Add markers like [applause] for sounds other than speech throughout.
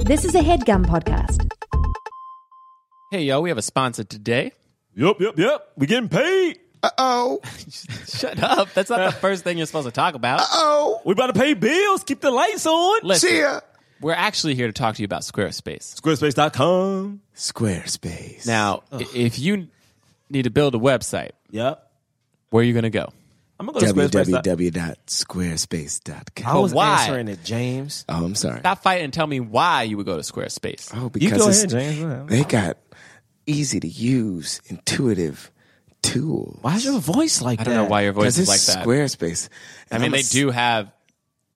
This is a headgum podcast. Hey, yo, we have a sponsor today. [laughs] Yep, yep, yep. We getting paid. Oh, Shut up. That's Uh, not the first thing you're supposed to talk about. oh, We about to pay bills. Keep the lights on. Listen, see ya. we're actually here to talk to you about Squarespace. Squarespace.com. Squarespace. Now, i- if you need to build a website, Yep. where are you going to go? I'm gonna go to Squarespace. www.squarespace.com. But why? it, James. Oh, I'm sorry. Stop fighting and tell me why you would go to Squarespace. Oh, You because go it's- ahead, James. Go [laughs] ahead. they got easy to use, intuitive tools. Why is your voice like I that? don't know why your voice Because is it's like that. Squarespace. I mean, they do have,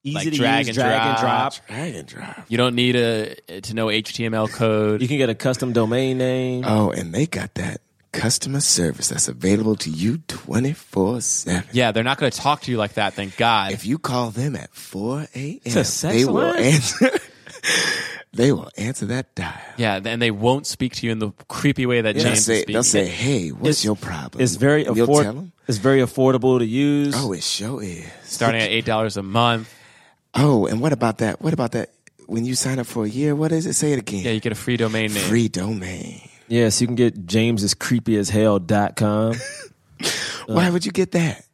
Easy Like to drag use, and drag and drop. drop. Drag and drop. you don't need a, to know HTML code. You can get a custom domain name. Um, Oh, and they got that customer service that's available to you 24 7. yeah, they're not going to talk to you like that, thank God. If you call them at 4 a.m., a sex they will line? answer. [laughs] they will answer that dial. yeah, and they won't speak to you in the creepy way that They'll James say, speaks. they'll say, hey, what's It's- your problem? It's very And You'll tell affordable. them? It's very affordable to use. Oh, it sure is. Starting at $8 a month. Oh, and what about that? What about that? When you sign up for a year, what does it say it again? Yeah, you get a free domain name. Free domain. Yeah, so you can get James is creepy as hell [laughs] dot com. Why would you get that?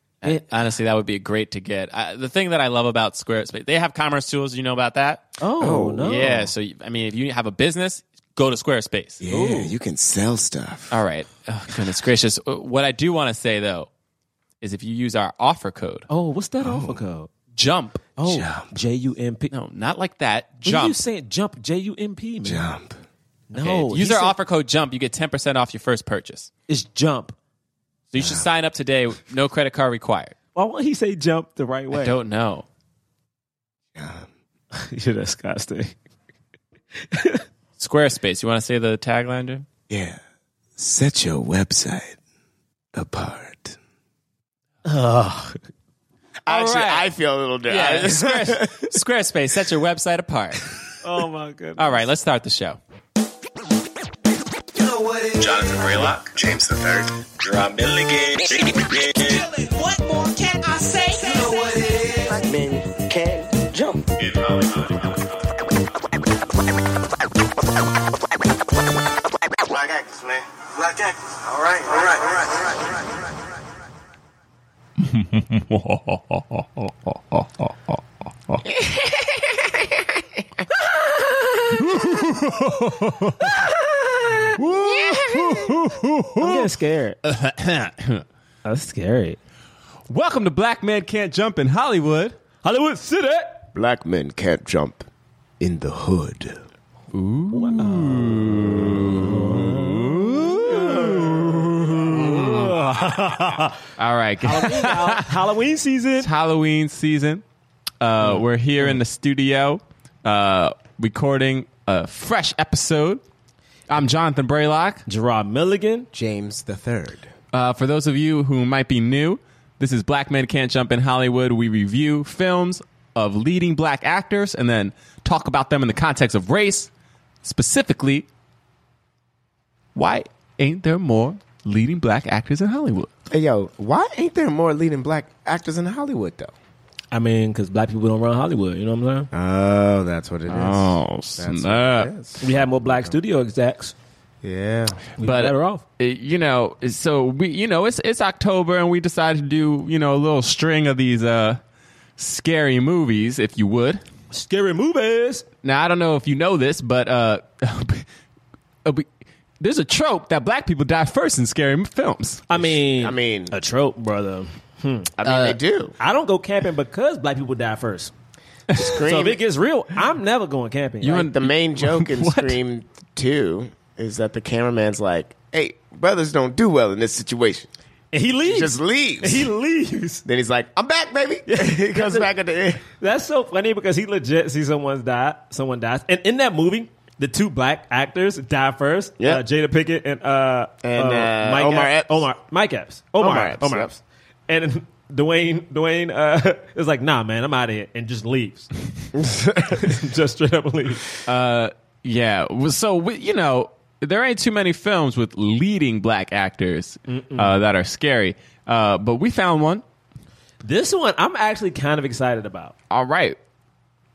Honestly, that would be great to get. I, the thing that I love about Squarespace, they have commerce tools. You know about that? Oh, Oh, no. Yeah. So, you- I mean, if you have a business, go to Squarespace. Yeah, you can sell stuff. All right. Oh, goodness gracious. Uh, What I do want to say, though, is if you use our offer code, Oh, what's that offer code? JUMP. Oh, J U M P. No, not like that. What are you JUMP. saying? Jump. J U M P. man. Jump. No. Okay, he Use our said offer code JUMP. You get 10% off your first purchase. It's jump. So you should sign up today. No credit card required. Why won't he say jump the right way? I don't know. [laughs] yeah, that's Scott's thing. Squarespace. You want to say the tagline, dude? Yeah. Set your website apart. Ugh. Actually, right. I feel a little down. [laughs] Yeah. Squares- Squarespace. Set your website apart. Oh my goodness. All right. Let's start the show. Jonathan Raylock, James the Third, Drum Milligan. What more can I say? You know what it is. Black actors, man. Black actors. All right, all right, all right, all right. I'm getting scared. that's scary. [coughs] Welcome to Black Men Can't Jump in Hollywood. Hollywood City. Black men can't jump in the hood. All right, guys. Halloween season. It's Halloween season. Uh, we're here in the studio uh, recording a fresh episode. I'm Jonathan Braylock. Gerard Milligan. James the Third. Uh, for those of you who might be new, this is Black Men Can't Jump in Hollywood. We review films of leading black actors and then talk about them in the context of race. Specifically, why ain't there more leading black actors in Hollywood? Hey, yo, why ain't there more leading black actors in Hollywood, though? I mean, because black people don't run Hollywood. You know what I'm saying? Oh, that's what it is. Oh, snap. we had more black studio execs. Yeah. We But- but, better off. it- you know, so we, you know, it's it's October, and we decided to do, you know, a little string of these uh, scary movies, if you would. Scary movies. Now, I don't know if you know this, but uh, [laughs] uh, we- there's a trope that black people die first in scary films. I mean, I mean- a trope, brother. I mean, they do. I don't go camping because black people die first. So if it gets real, I'm never going camping. You Like, and the main joke [laughs] in Scream 2 is that the cameraman's like, hey, brothers don't do well in this situation. and he leaves. He just leaves. [laughs] he leaves. then he's like, I'm back, baby. [laughs] he comes back at the end. That's so funny because he legit sees someone's die, someone dies, and in that movie, the two black actors die first. Yeah. uh, Jada Pickett and uh, And, uh, Mike Omar Epps. Epps. Omar, Mike Epps, Omar, Omar Omar Epps, Epps, yeah. and [laughs] Dwayne, Dwayne uh, [laughs] is like, nah, man, I'm out of here, and just leaves, [laughs] just straight up leaves. Yeah. well, So, we, you know, there ain't too many films with leading black actors uh, that are scary, uh, but we found one. This one, I'm actually kind of excited about. All right.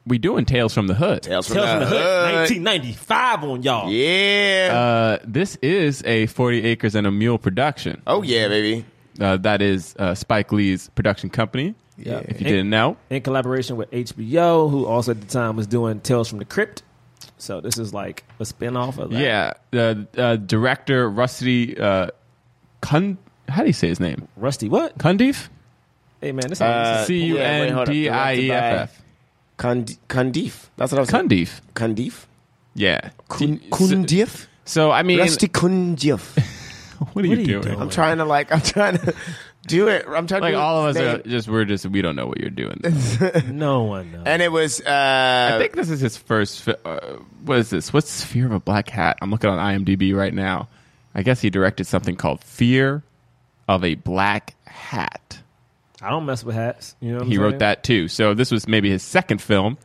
we doing Tales from the Hood. Tales from Tales the, from the Hood, Hood. 1995 on y'all. Yeah. Uh, this is a 40 Acres and a Mule production. oh yeah, baby. Uh, that is uh, Spike Lee's production company. Yeah. If you didn't know, In collaboration with HBO, who also at the time was doing Tales from the Crypt. So this is like a spinoff of that. yeah, the uh, director Rusty uh, Kun. How do you say his name? Rusty, what? Cundiff. Hey man, this Uh, C U yeah, wait, N hold up. D I E F F. Cund- Cundiff. That's what I was saying. Cundiff. Cundiff. Yeah. Kun- So, Cundiff. so, I mean, Rusty Cundiff. what are you are you doing? doing? I'm trying to like. I'm trying to do it. I'm trying to Oh, Like do all of us his are name. just we're just we don't know what you're doing. Uh, Uh, no one knows. And it was. Uh, I think this is his first. fi- Uh, what is this? What's Fear of a Black Hat? I'm looking on IMDb right now. I guess he directed something called Fear of a Black Hat. I don't mess with hats. You know what I'm He saying? wrote that too. So this was maybe his second film.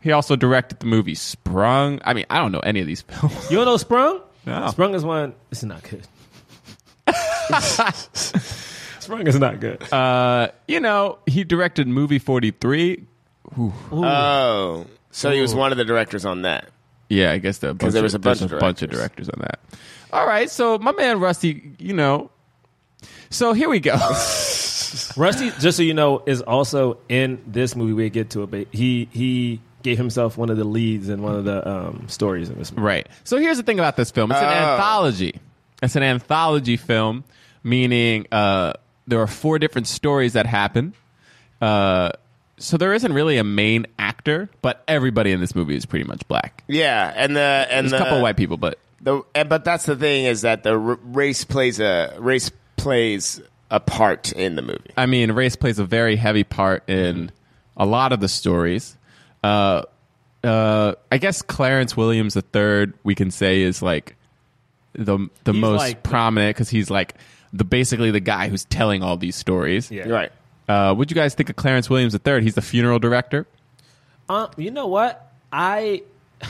He also directed the movie Sprung. I mean, I don't know any of these [laughs] films. You don't know Sprung? No. Sprung is one. It's [laughs] not good. Sprung is not good. Uh, you know, he directed Movie 43. Oh, so he was one of the directors on that. Yeah, I guess the because there was a bunch of bunch of directors on that. All right, so my man Rusty, you know. So here we [laughs] go. Rusty, just so you know, is also in this movie. We get to it, but he he gave himself one of the leads in one of the um, stories in this movie. Right. So here's the thing about this film. It's an Oh. anthology. It's an anthology film, meaning uh, there are four different stories that happen. Uh, so there isn't really a main actor, but everybody in this movie is pretty much black. Yeah, and the and There's the a couple white people, but The, and, but that's the thing is that the r- race plays a race plays a part in the movie. I mean, race plays a very heavy part in a lot of the stories. Uh, uh, I guess Clarence Williams III, we can say, is like the the He's most like- prominent because he's like the basically the guy who's telling all these stories. Yeah. Right. Uh, what'd you guys think of Clarence Williams III? He's the funeral director. Um, you know what? I [laughs]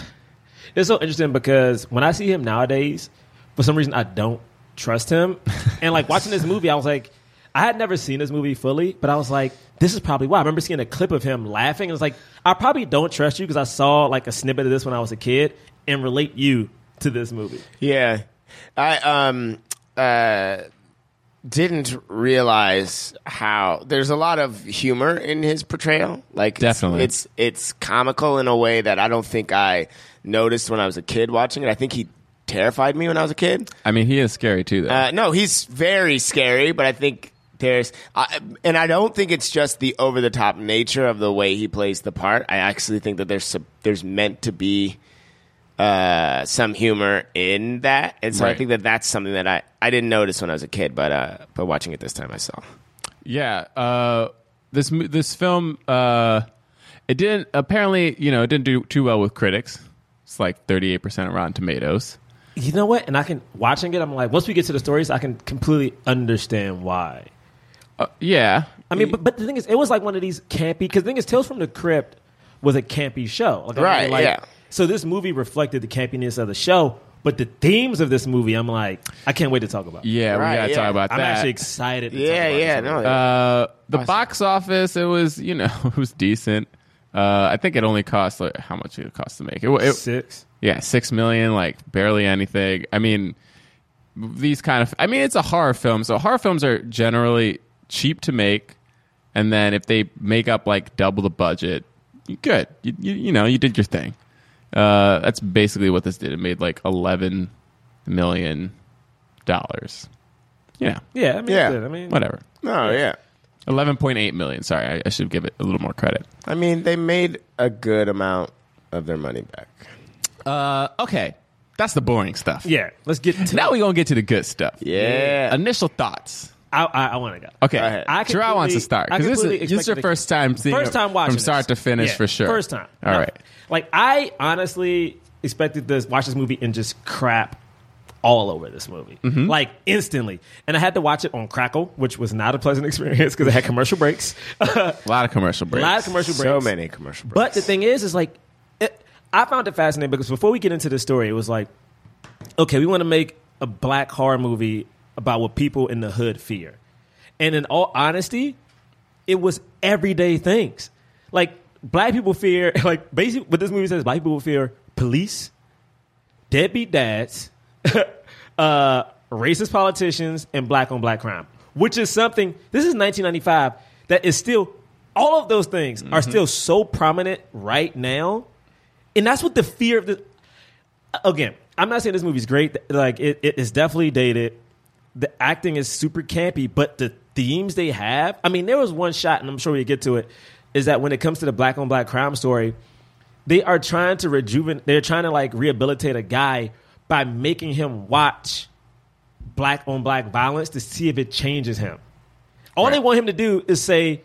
it's so interesting because when I see him nowadays, for some reason I don't trust him. [laughs] And like watching this movie, I was like, I had never seen this movie fully, but I was like, this is probably why. I remember seeing a clip of him laughing. and It was like, I probably don't trust you because I saw like a snippet of this when I was a kid and relate you to this movie. Yeah. I um uh didn't realize how there's a lot of humor in his portrayal. Like it's- Definitely. it's it's comical in a way that I don't think I noticed when I was a kid watching it. I think he terrified me when I was a kid. I mean, he is scary too, though. Uh, no, he's very scary, but I think there's, I and I don't think it's just the over the top nature of the way he plays the part. I actually think that there's some, there's meant to be uh, some humor in that, and so I Right. think that that's something that I, I didn't notice when I was a kid, but uh, but watching it this time, I saw. yeah. Uh, this mo- this film, uh, it didn't apparently, you know, it didn't do too well with critics. It's like thirty eight percent of Rotten Tomatoes. You know what? And I can watching it, I'm like, once we get to the stories, I can completely understand why. Uh, yeah. I mean, but, but the thing is, it was like one of these campy. Because the thing is, Tales from the Crypt was a campy show, like, I mean, Right, like- yeah. So this movie reflected the campiness of the show, but the themes of this movie, I'm like, I can't wait to talk about. Yeah, Right, we gotta yeah. talk about I'm that. actually excited. To Yeah, talk about yeah, this movie. no, uh, the box office, it was you know, [laughs] it was decent. Uh, I think it only cost like how much did it cost to make it. it six. Yeah, six million, like barely anything. I mean, these kind of. I mean, it's a horror film, so horror films are generally cheap to make, and then if they make up like double the budget, you good. You you, you know you did your thing. Uh, that's basically what this did. It made like eleven million dollars. Yeah, Yeah, I mean, Yeah. yeah. I mean, whatever. No, yeah, Eleven point eight million. Sorry, I, I should give it a little more credit. I mean they made a good amount of their money back. Uh, okay, that's the boring stuff. yeah. Let's get to Now we gonna get to the good stuff. Yeah, Initial thoughts. I, I, I want to go. Okay, Go ahead. I Gerard wants to completely- start I because this, completely is- this is your expected to- first time seeing first it time watching from start this. to finish Yeah, for sure. First time. All No, right. Like I honestly expected to watch this movie and just crap all over this movie, Mm-hmm. like instantly. And I had to watch it on Crackle, which was not a pleasant [laughs] experience because it had commercial breaks, a A lot of commercial breaks. lot of commercial breaks. so many commercial breaks. But the thing is, is like, it, I found it fascinating because before we get into the story, it was like, okay, we want to make a black horror movie about what people in the hood fear. And in all honesty, it was everyday things. Like, black people fear [laughs] like basically what this movie says black people fear police deadbeat dads [laughs] uh, racist politicians and black on black crime which is something this is 1995 that is still all of those things are still so prominent right now and that's what the fear of the again i'm not saying this movie's great like it, it is definitely dated the acting is super campy but the themes they have i mean there was one shot and i'm sure we get to it is that when it comes to the black on black crime story they are trying to rejuvenate they're trying to like rehabilitate a guy by making him watch black on black violence to see if it changes him all they want him to do is say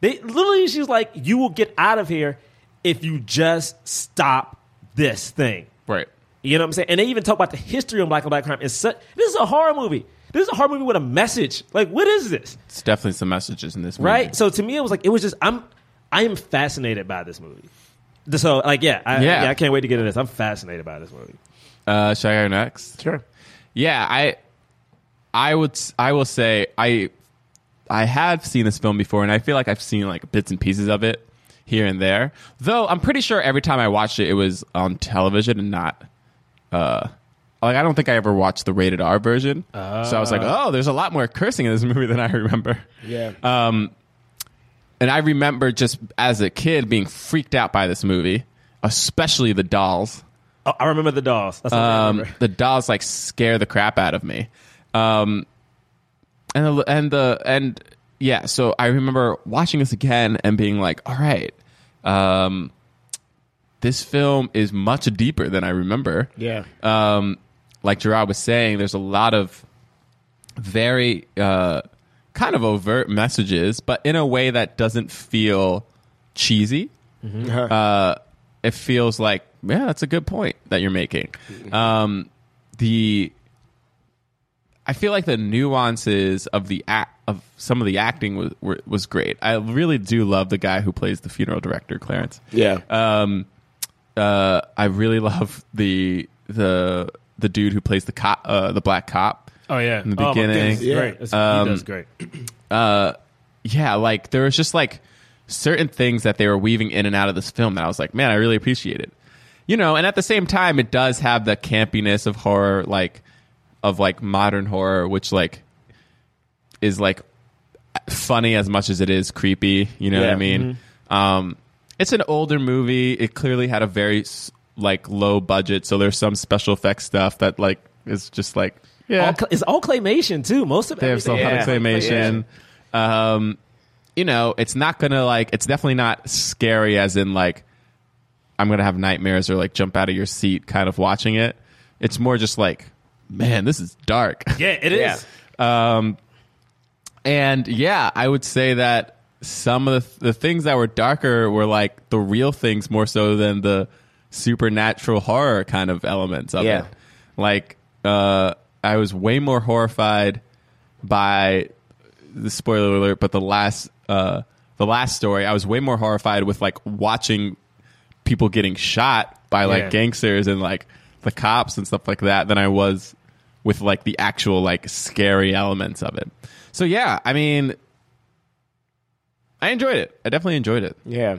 they literally she's like you will get out of here if you just stop this thing Right. you know what I'm saying? And they even talk about the history of black and black crime. It's such, this is a horror movie. This is a horror movie with a message. Like, what is this? It's definitely some messages in this movie. Right? So to me, it was like it was just I'm I am fascinated by this movie. So like yeah, I, Yeah. yeah, I can't wait to get into this. I'm fascinated by this movie. Uh, should I go next? Sure. Yeah, I, I would, s- I will say, I, I have seen this film before, and I feel like I've seen like bits and pieces of it here and there. Though I'm pretty sure every time I watched it, it was on television and not, uh, like I don't think I ever watched the rated R version. so I was like, oh, there's a lot more cursing in this [laughs] movie than I remember. Yeah. And I remember just as a kid being freaked out by this movie, especially the dolls. Oh, I remember the dolls. That's what I Um, remember. the dolls like scare the crap out of me. Um, and the, and the and yeah, so I remember watching this again and being like, all right, um, this film is much deeper than I remember Yeah. um, like Gerard was saying, there's a lot of very uh, kind of overt messages, but in a way that doesn't feel cheesy. Uh, it feels like, yeah, that's a good point that you're making. Um, the I feel like the nuances of the act of some of the acting was were, was great. I really do love the guy who plays the funeral director, Clarence Yeah. um, uh, I really [laughs] love the the the dude who plays the cop, uh, the black cop. oh yeah. in the beginning. yeah. Great. That's, Um, he does great. Yeah, like there was just like certain things that they were weaving in and out of this film that I was like, man, I really appreciate it. You know, and at the same time, it does have the campiness of horror, like of like modern horror, which like is like funny as much as it is creepy. You know what I Yeah. mean? Um, it's an older movie. It clearly had a very s- like low budget, so there's some special effects stuff that like is just like All cl- it's all claymation too. Most of they have everything. some kind of Yeah. claymation. Um, you know, it's not gonna like. It's definitely not scary, as in like I'm gonna have nightmares or like jump out of your seat, kind of watching it. It's more just like, man, this is dark. [laughs] Yeah, it is. Yeah. And yeah, I would say that some of the, the things that were darker were like the real things more so than the supernatural horror kind of elements of Yeah. it. Like, uh, I was way more horrified by the spoiler alert, but the last, uh, the last story, I was way more horrified with like watching people getting shot by like Yeah. gangsters and like the cops and stuff like that than I was with like the actual like scary elements of it. So yeah, I mean I enjoyed it. I definitely enjoyed it. Yeah.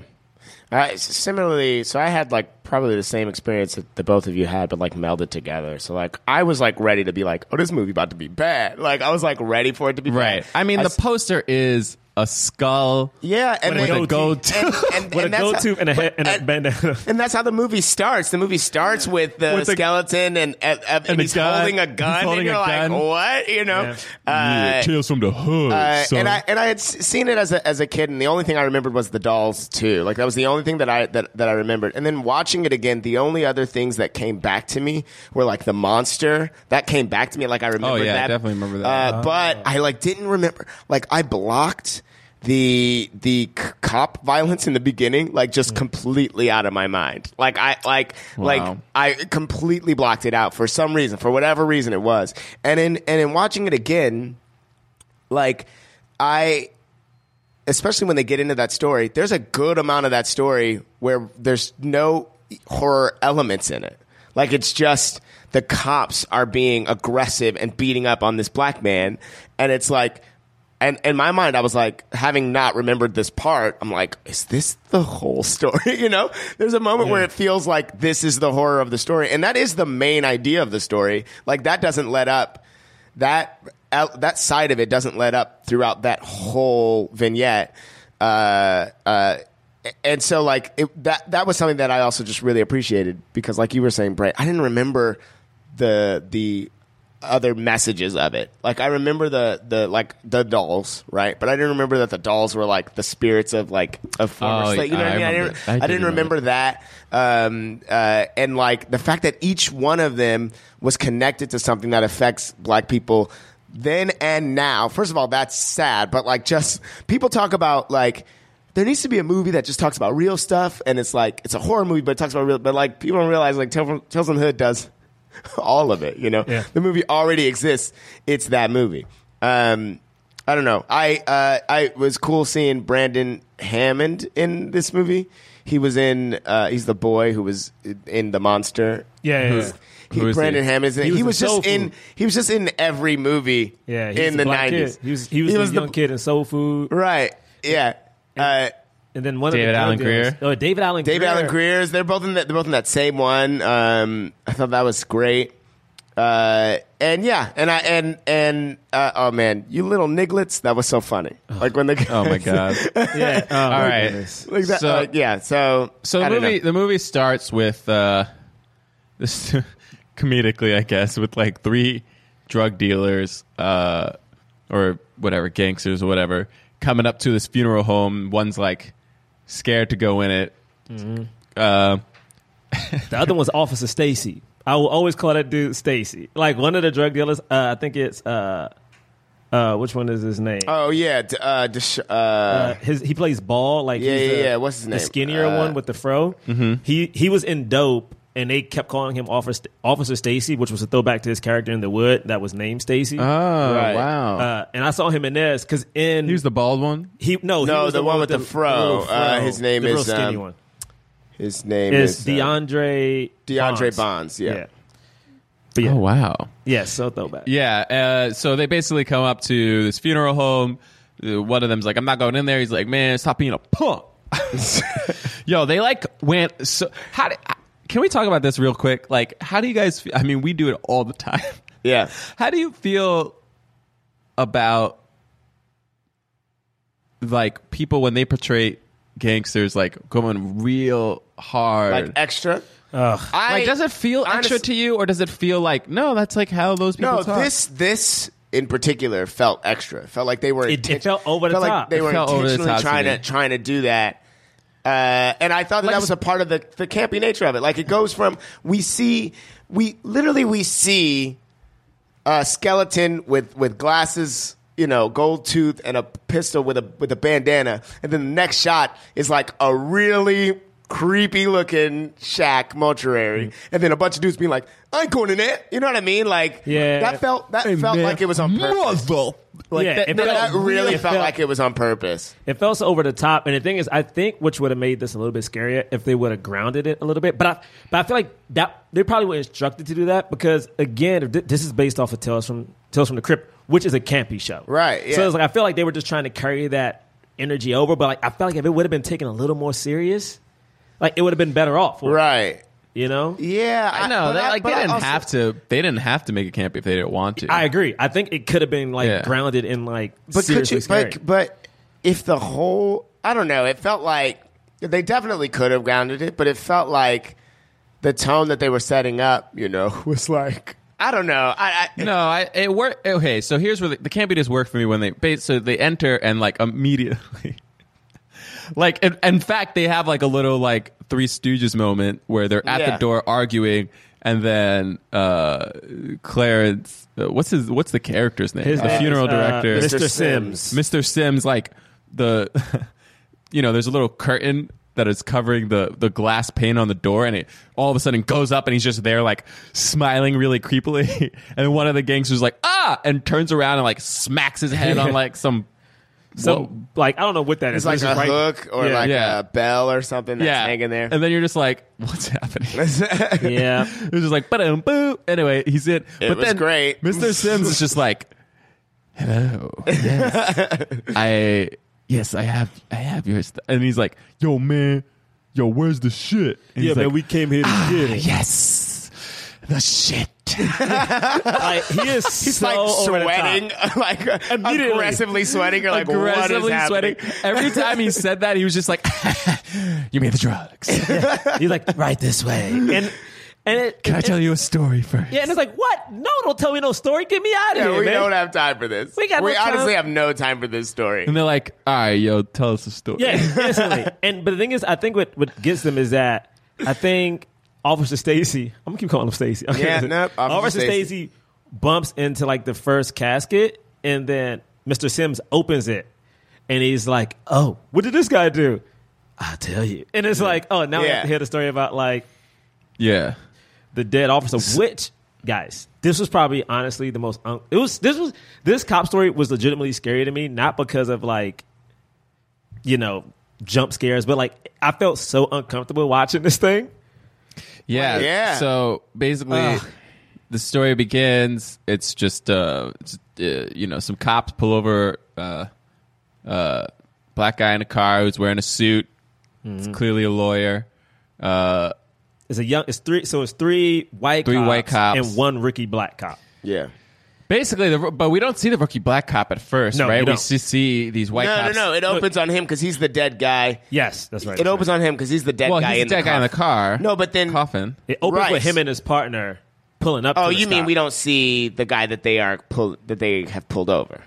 Uh, s- similarly, so I had like probably the same experience that the both of you had, but like melded together. So like I was like ready to be like, oh, this movie about to be bad. Like I was like ready for it to be bad. I mean the s- poster is a skull yeah, and With a then- goatee. and, and, [laughs] and With a that's go how- tube and a head and a and- bandana. [laughs] And that's how the movie starts. The movie starts with the With the- skeleton and, and, and, And a he's gun. holding a He's gun, holding and you're a like, gun. what? You know, uh, Tales from the Hood. uh, and I and I had s- seen it as a as a kid, and the only thing I remembered was the dolls too. Like that was the only thing that I that, that I remembered. And then watching it again, the only other things that came back to me were like the monster that came back to me. Like I remember Oh, yeah, that. definitely remember that. Uh, But I like didn't remember. Like I blocked the the c- cop violence in the beginning like just completely out of my mind like i like Wow. like i completely blocked it out for some reason for whatever reason it was and in and in watching it again like I especially when they get into that story, there's a good amount of that story where there's no horror elements in it. Like it's just the cops are being aggressive and beating up on this black man and it's like and in my mind, I was like, having not remembered this part, I'm like, is this the whole story? [laughs] You know, there's a moment where it feels like this is the horror of the story, and that is the main idea of the story. Like that doesn't let up. That el- that side of it doesn't let up throughout that whole vignette. Uh, uh, and so, like it, that that was something that I also just really appreciated because, like you were saying, Brett, I didn't remember the the other messages of it. Like I remember the the like the dolls, right? But I didn't remember that the dolls were like the spirits of like of former Oh, slave- You know I what I mean? I remember didn't, that. I I do didn't remember remember that. Um, uh, and like the fact that each one of them was connected to something that affects black people then and now. First of all, that's sad, but like just people talk about like there needs to be a movie that just talks about real stuff and it's like it's a horror movie but it talks about real but like people don't realize like Tales from- Tales from the Hood does [laughs] all of it, you know. Yeah. The movie already exists. It's that movie. Um I don't know. I uh, I was cool seeing Brandon Hammond in this movie. He was in. Uh, he's the boy who was in the monster. Yeah, [laughs] yeah, yeah. He, Who is he? Brandon Hammond. Is in, He he was was, in just Soul Food. in. He was just in every movie. Yeah, he was in the black nineties. kid. He was he was, the young kid in Soul Food, Right. Yeah. Uh, and then one David of the drug Alan dealers- Greer. Oh, David Allen. David Greer. Allen Greer's. They're both in. That, they're both in that same one. Um, I thought that was great. Uh, and yeah, and I and and uh, oh man, you little nigglets, that was so funny. Like when the [laughs] Oh my god! Yeah. Oh, All right. like that, So- like, yeah. So So the I don't movie know. the movie starts with uh, [laughs] this comedically, I guess, with like three drug dealers uh, or whatever gangsters or whatever coming up to this funeral home. One's like scared to go in it. Uh, The other one's Officer Stacy. I will always call that dude Stacy. Like one of the drug dealers. Uh, I think it's uh, uh, which one is his name? Oh yeah, d- uh, dish, uh, Uh, his he plays ball. Like Yeah, he's yeah, the- yeah. What's his The name? skinnier Uh, one with the fro. Mm-hmm. He he was in dope. And they kept calling him Officer Officer Stacy, which was a throwback to his character in the wood that was named Stacy. oh Right. wow! Uh, and I saw him in this because in he was the bald one. he no he No, was the one with the fro. little Uh, his name the real is, skinny um, one his name is is, uh, DeAndre DeAndre Bonds. Yeah. But yeah, Oh wow! yeah, so throwback. Yeah. Uh, so they basically come up to this funeral home. Uh, One of them's like, "I'm not going in there." He's like, "Man, stop being a punk." [laughs] Yo, they like went. So how did, can we talk about this real quick? Like, how do you guys? Feel, I mean, we do it all the time. [laughs] yeah, How do you feel about like people when they portray gangsters like going real hard? like extra. Uh, I- Like, does it feel extra honest- to you, or does it feel like no? That's like how those people No, talk. this this in particular felt extra. It felt like they were It- it inten- felt over the felt top. Like they It were felt over the intentionally top to trying me. to trying to do that. Uh, and I thought that, Like that a- was a part of the, the campy nature of it. Like it goes from we see we literally we see a skeleton with with glasses, you know, gold tooth and a pistol with a with a bandana, and then the next shot is like a really creepy looking shack mortuary, and then a bunch of dudes being like, "I ain't going in there," you know what I mean? Like, Yeah. that felt that felt like it was on purpose. Like Yeah, that, it that- felt that really real. felt It like it was on purpose. It felt so over the top, and the thing is, I think which would have made this a little bit scarier if they would have grounded it a little bit. But I, but I feel like that they probably were instructed to do that because again, if thi- this is based off of Tales from Tales from the Crypt, which is a campy show, Right, yeah. So it's like I feel like they were just trying to carry that energy over, but like I felt like if it would have been taken a little more serious, like it would have been better off, Right. You know, Yeah, I know. but They, like but they I didn't also- have to. They didn't have to make it campy if they didn't want to. I agree. I think it could have been like Yeah. grounded in like But could seriously you? scary. But, but if the whole, I don't know. It felt like they definitely could have grounded it, but it felt like the tone that they were setting up, you know, [laughs] was like I don't know. I, I no, I it worked. Okay, so here's where the, the campy just worked for me when they ba- so they enter and like immediately, [laughs] like in, in fact they have like a little like Three Stooges moment where they're at the Yeah. door arguing, and then uh Clarence, uh, what's his what's the character's name? the name is, funeral uh, director, Mr. Mr. Sims. Sims. Mr. Sims, like the, [laughs] you know, there's a little curtain that is covering the the glass pane on the door, and it all of a sudden goes up, and he's just there, like smiling really creepily. [laughs] and one of the gangsters like ah, and turns around and like smacks his head on like some So, Whoa. like I don't know what that it's is. like It's a just right- hook or Yeah. like Yeah. a bell or something [laughs] that's yeah, hanging there. [laughs] and then you're just like, what's happening? Yeah, It was just like, ba boop. Anyway, he's in. It but was then great. Mr. Sims is just like, hello. Yes. I yes, I have I have your stuff. And he's like, yo, man, yo, where's the shit? And he's like, came here to get [laughs] "Ah, yes, the shit. Like, he is He's so like over the top. sweating, [laughs] like Immediately. aggressively sweating. You're like, Aggressively what is sweating. happening? Every time he said that, he was just like, [laughs] "You made the drugs." He's like right this way, and and it. Can I it- tell you a story first? yeah, and it's like what? No, don't tell me no story. Get me out of [laughs] Yeah, here, we man. don't have time for this. We got no time. honestly have no time for this story. And they're like, "All right, yo, tell us a story." [laughs] [laughs] Yeah, instantly. And but the thing is, I think what what gets them is that I think Officer Stacy. I'm gonna keep calling him Stacy. Okay. Yeah, nope, Officer Officer Stacy. Stacy bumps into like the first casket, and then Mr. Sims opens it, and he's like, "Oh, what did this guy do?" I'll tell you. And it's like, oh, now we Yeah. have to hear the story about like yeah. the dead officer. Which guys, this was probably honestly the most. Un- it was this was this cop story was legitimately scary to me, not because of like, you know, jump scares, but like I felt so uncomfortable watching this thing. Yeah. Yeah. So basically, Ugh. the story begins. It's just, uh, it's, uh, you know, some cops pull over uh, uh, black guy in a car who's wearing a suit. It's Mm-hmm. clearly a lawyer. Uh, It's a young. It's three. So it's three white, Three cops white cops. and one rookie black cop. yeah. basically, the, but we don't see the rookie black cop at first, No, right? you We don't. just see these white No, cops. no, no. It opens on him because he's the dead guy. Yes, that's right. It that's opens right. on him because he's the dead Well, guy he's in the the dead guy in the car. No, but then coffin. It opens Rice. with him and his partner pulling up. Oh, to the you mean stop. we don't see the guy that they are pull that they have pulled over?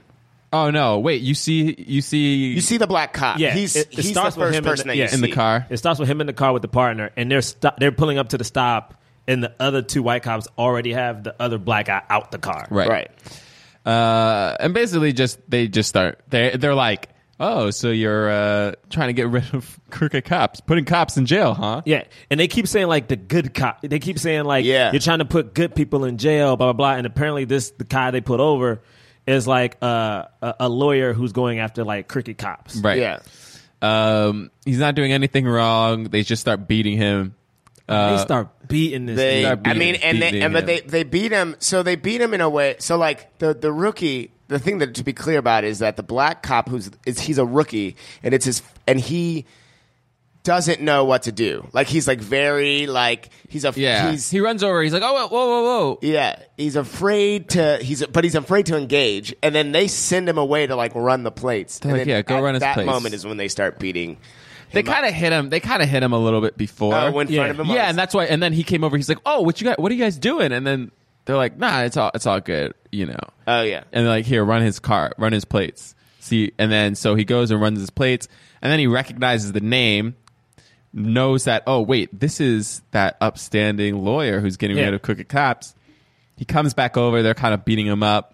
Oh no! Wait, you see, you see, You see the black cop. Yeah, he's it- it he's the starts with first him in person the- that yeah, you in the see. car. It starts with him in the car with the partner, and they're sto- they're pulling up to the stop, and the other two white cops already have the other black guy out the car. Right. Right. uh, and basically just they just start they they're like oh so you're uh, trying to get rid of crooked cops putting cops in jail huh Yeah, and they keep saying like the good cop. They keep saying like Yeah. you're trying to put good people in jail, blah blah blah. And apparently, this the guy they put over is like uh, a, a lawyer who's going after like crooked cops. right Yeah. um he's not doing anything wrong they just start beating him they start beating this. They, Start dude. I mean, beating- and they, beating and but him. they they beat him. So they beat him in a way. So like the the rookie. The thing that to be clear about is that the black cop who's is he's a rookie and it's his and he doesn't know what to do. Like he's like very like he's a yeah he's he runs over he's like oh whoa whoa whoa Yeah, he's afraid to. He's but he's afraid to engage, and then they send him away to like run the plates. They're And like, then "Yeah, go at run his That plates." moment is when they start beating. they kind of hit him they kind of hit him a little bit before Oh, in Yeah. front of him. on yeah his- and that's why and then he came over he's like oh what you got what are you guys doing and then they're like nah it's all it's all good you know oh yeah. and they're like here run his car run his plates see and then so he goes and runs his plates and then he recognizes the name knows that oh wait this is that upstanding lawyer who's getting Yeah. rid of crooked cops he comes back over they're kind of beating him up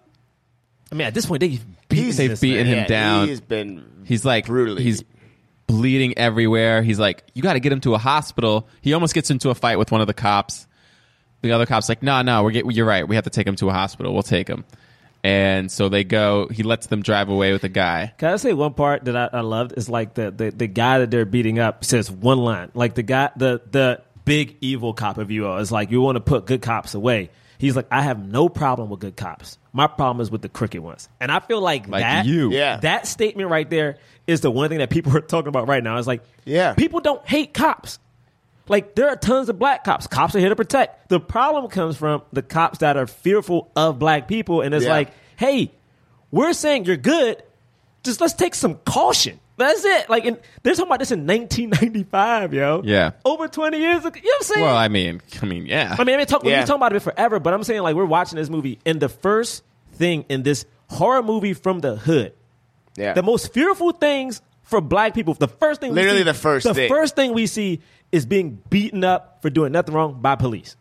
I mean, at this point, they beat they've beaten him Yeah, down He's been. he's like brutally he's bleeding everywhere he's like you got to get him to a hospital he almost gets into a fight with one of the cops the other cop's like, no, no, we're get, you're right. We have to take him to a hospital. We'll take him. And so they go. He lets them drive away with a guy. Can I say one part that I, I loved is like the, the the guy that they're beating up says one line. Like the guy the the big evil cop of you all is like you want to put good cops away. He's like, I have no problem with good cops. My problem is with the crooked ones. And I feel like, Like that you. Yeah. that statement right there is the one thing that people [laughs] are talking about right now. It's like Yeah. people don't hate cops. Like there are tons of black cops. Cops are here to protect. The problem comes from the cops that are fearful of black people, and it's Yeah. like, hey, we're saying you're good. Just let's take some caution. That's it. Like, and they're talking about this in 1995, yo. Yeah. over 20 years ago. You know what I'm saying? Well, I mean, I mean, yeah. I mean, I mean, talk, we've Yeah. been talking about it forever, but I'm saying like we're watching this movie, and the first thing in this horror movie from the hood, yeah. the most fearful things for black people. The first thing, we Literally see, the first the thing. first thing we see is being beaten up for doing nothing wrong by police.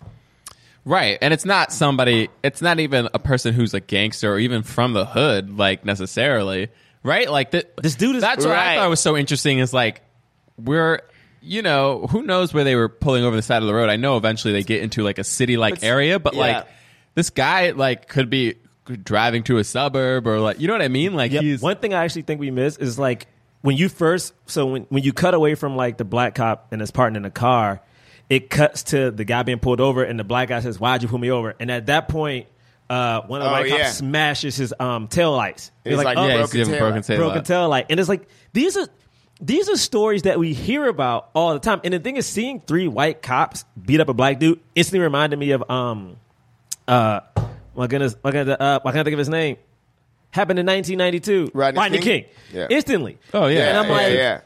Right. And it's not somebody, it's not even a person who's a gangster or even from the hood, like necessarily. Right? Like th- This dude is- That's what I Right. thought was so interesting is like, we're, you know, who knows where they were pulling over the side of the road. I know eventually they get into like a city like It's- area, but yeah. like this guy, like, could be driving to a suburb or like, you know what I mean? Like, Yep. he's. One thing I actually think we miss is like when you first, so when, when you cut away from like the black cop and his partner in the car, it cuts to the guy being pulled over and the black guy says, Why'd you pull me over? And at that point, uh, one of the Oh, white cops yeah. smashes his um, taillights. It's like, oh, yeah, broken he's given tail. broken tail. broken up. tail light. And it's like these are these are stories that we hear about all the time. And the thing is, seeing three white cops beat up a black dude instantly reminded me of um uh my goodness, my goodness, uh, I can't I think of his name. Happened in 1992. Rodney King? King. Yeah. Instantly. Oh, yeah. And I'm yeah, like, yeah.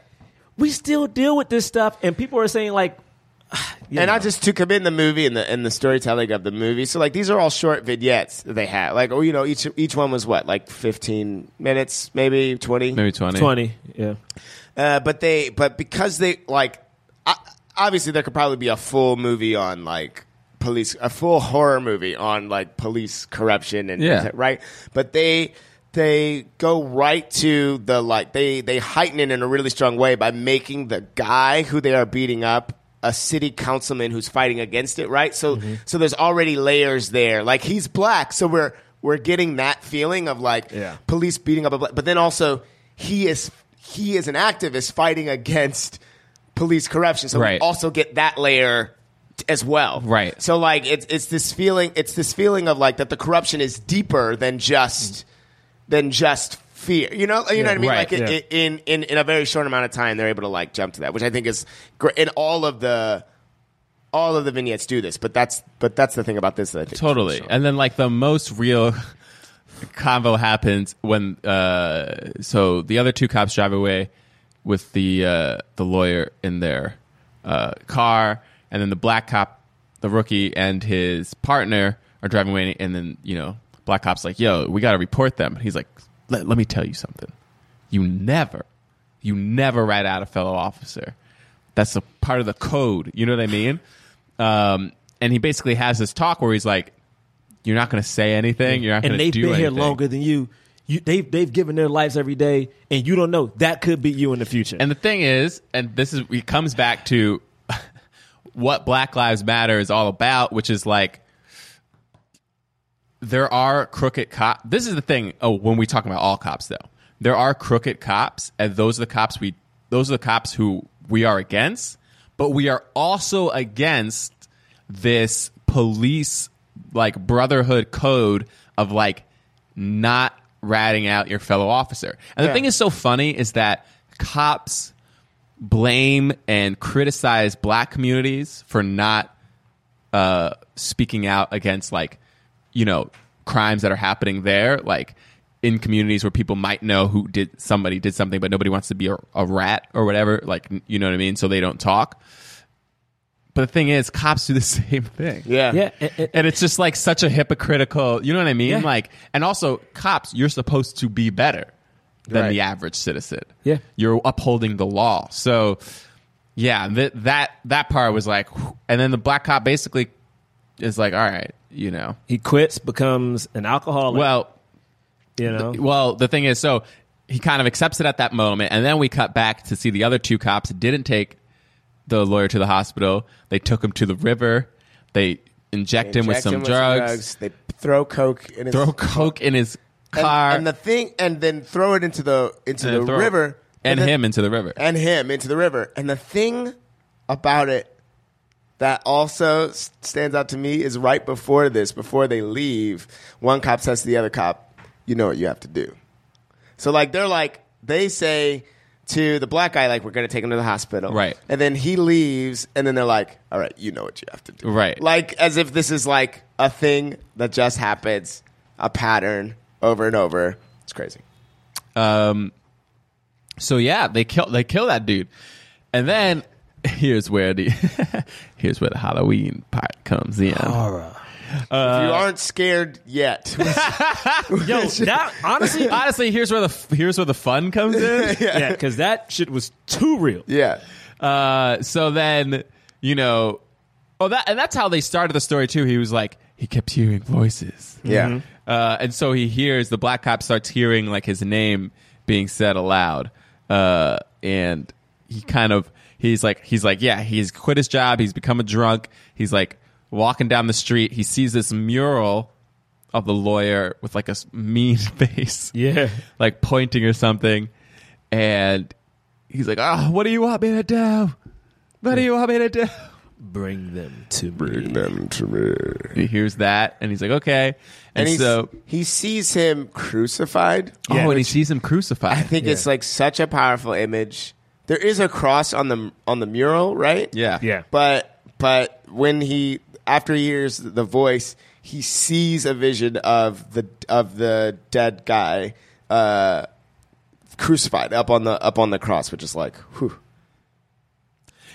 we still deal with this stuff, and people are saying like, [sighs] you know. and not just to commend the movie and the and the storytelling of the movie. So like these are all short vignettes that they had. Like oh you know each each one was what like fifteen minutes maybe twenty Maybe 20. twenty. Yeah. Uh, but they but because they like I, obviously there could probably be a full movie on like police a full horror movie on like police corruption and Yeah. right but they they go right to the like they they heighten it in a really strong way by making the guy who they are beating up a city councilman who's fighting against it right so so there's already layers there like he's black so we're we're getting that feeling of like Yeah. police beating up a black but then also he is he is an activist fighting against police corruption so we Right. also get that layer t- as well Right. so like it's it's this feeling it's this feeling of like that the corruption is deeper than just than just fear you know you know what i mean Right, like it, yeah. it, in in in a very short amount of time they're able to like jump to that which i think is great and all of the all of the vignettes do this but that's but that's the thing about this that i think Totally. And then like the most real [laughs] convo happens when uh so the other two cops drive away with the uh the lawyer in their uh car and then the black cop, the rookie and his partner are driving away and then, you know, black cop's like, "Yo, we got to report them." And he's like, let, "Let me tell you something. You never you never rat out a fellow officer. That's a part of the code. You know what I mean? Um, and he basically has this talk where he's like, "You're not going to say anything. You're not going and to they've do been here anything." longer than you. You, they've they've given their lives every day, and you don't know that could be you in the future. And the thing is, and this is it comes back to [laughs] what Black Lives Matter is all about, which is like there are crooked cops. This is the thing. Oh, when we talk about all cops, though, there are crooked cops, and those are the cops we. Those are the cops who we are against, but we are also against this police like brotherhood code of like not ratting out your fellow officer. And the Yeah. thing is so funny is that cops blame and criticize black communities for not uh, speaking out against like you know crimes that are happening there like in communities where people might know who did somebody did something but nobody wants to be a, a rat or whatever like n- you know what i mean so they don't talk but the thing is cops do the [laughs] same thing yeah yeah, and- and- and it's just like such a hypocritical you know what i mean Yeah. like and also cops you're supposed to be better than Right. the average citizen Yeah. you're upholding the law so yeah th- that that part was like whew. and then the black cop basically is like all right you know he quits, becomes an alcoholic. well [laughs] you Oh. know, well, the thing is, so he kind of accepts it at that moment, and then we cut back to see the other two cops didn't take the lawyer to the hospital. They took him to the river. They inject him with some Inject drugs, They throw coke in his throw coke in his and, car, and the thing, and then throw it into the into and the throw- river and then- him into the river. and him into the river. And the thing about it that also s- stands out to me is right before this, before they leave, one cop says to the other cop, "You know what you have to do." So like they're like they say to the black guy like we're going to take him to the hospital. Right. And then he leaves and then they're like, "All right, you know what you have to do." Right. Like as if this is like a thing that just happens, a pattern over and over. It's crazy. So yeah, they kill they kill that dude, and then [laughs] here's where the [laughs] here's where the Halloween part comes in. Oh. Uh, if you aren't scared yet, [laughs] yo, that [laughs] honestly, I, Honestly, here's where the here's where the fun comes [laughs] in. yeah, because that shit was too real. yeah. Uh, so then, you know, oh that and that's how they started the story too. He was like, he kept hearing voices. Yeah. Uh, and so he hears the black cop starts hearing like his name being said aloud, uh, and he kind of he's like he's like yeah he's quit his job he's become a drunk he's like walking down the street he sees this mural of the lawyer with like a s- mean [laughs] face Yeah, like pointing or something. And he's like, "Ah, what do you want me to do? What do you want me to do? Bring them to me. them to me. He hears that and he's like, okay. And, And he's, so, he sees him crucified. oh, and he sees him crucified. I think it's like such a powerful image. There is a cross on the on the mural, right? yeah, Yeah. But but when he after he hears the voice, he sees a vision of the of the dead guy uh, crucified up on the up on the cross, which is like, whew.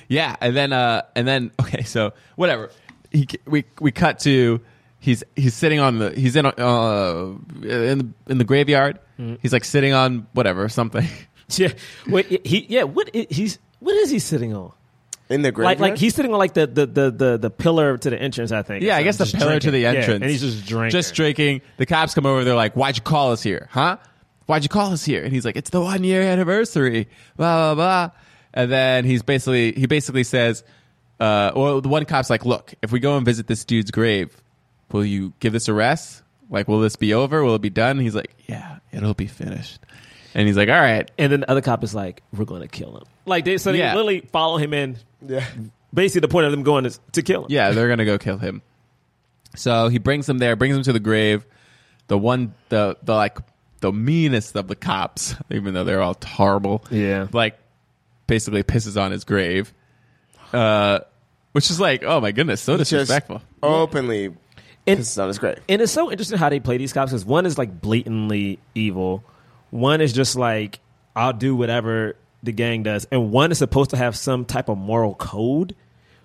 yeah. And then, uh, and then, [laughs] okay, so whatever. He we we cut to he's he's sitting on the he's in uh in the in the graveyard. He's like sitting on whatever something. [laughs] Yeah. Wait, he, yeah. What i- he's what is he sitting on? in the Like graveyard. like he's sitting on like the the the the, the pillar to the entrance. I think. Yeah, I guess the Just pillar to drinking. the Yeah, entrance. and he's just drinking. Just drinking. The cops come over. They're like, "Why'd you call us here, huh? Why'd you call us here?" And he's like, "It's the one year anniversary." Blah blah blah. And then he's basically he basically says, uh, "Well, the one cop's like, look, if we go and visit this dude's grave, will you give this a rest? Like, will this be over? Will it be done?" he's like, "Yeah, it'll be finished." And he's like, "All right." And then the other cop is like, "We're going to kill him." Like they so they Yeah. literally follow him in. yeah. Basically, the point of them going is to kill him. Yeah, they're gonna go kill him. So he brings them there, brings them to the grave. The one, the the like the meanest of the cops, [laughs] even though they're all horrible. Yeah. like basically pisses on his grave, uh, which is like, oh my goodness, so just disrespectful. openly. And- This is not his grave. and it's so interesting how they play these cops because one is like blatantly evil, one is just like I'll do whatever the gang does, and one is supposed to have some type of moral code,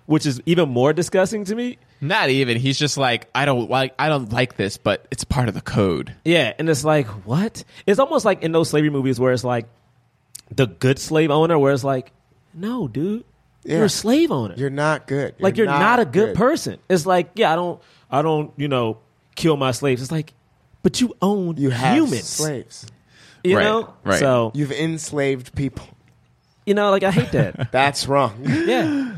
which is even more disgusting to me. Not even. He's just like, I don't like, I don't like this, but it's part of the code. Yeah, and it's like what? It's almost like in those slavery movies where it's like the good slave owner, where it's like, no, dude, Yeah. you're a slave owner. You're not good. like you're not, a good, person. It's like, yeah, I don't, I don't, you know, kill my slaves. It's like, but you own You have humans, slaves. you Right, know. right. So You've enslaved people. you know, like I [laughs] hate that. That's wrong. yeah,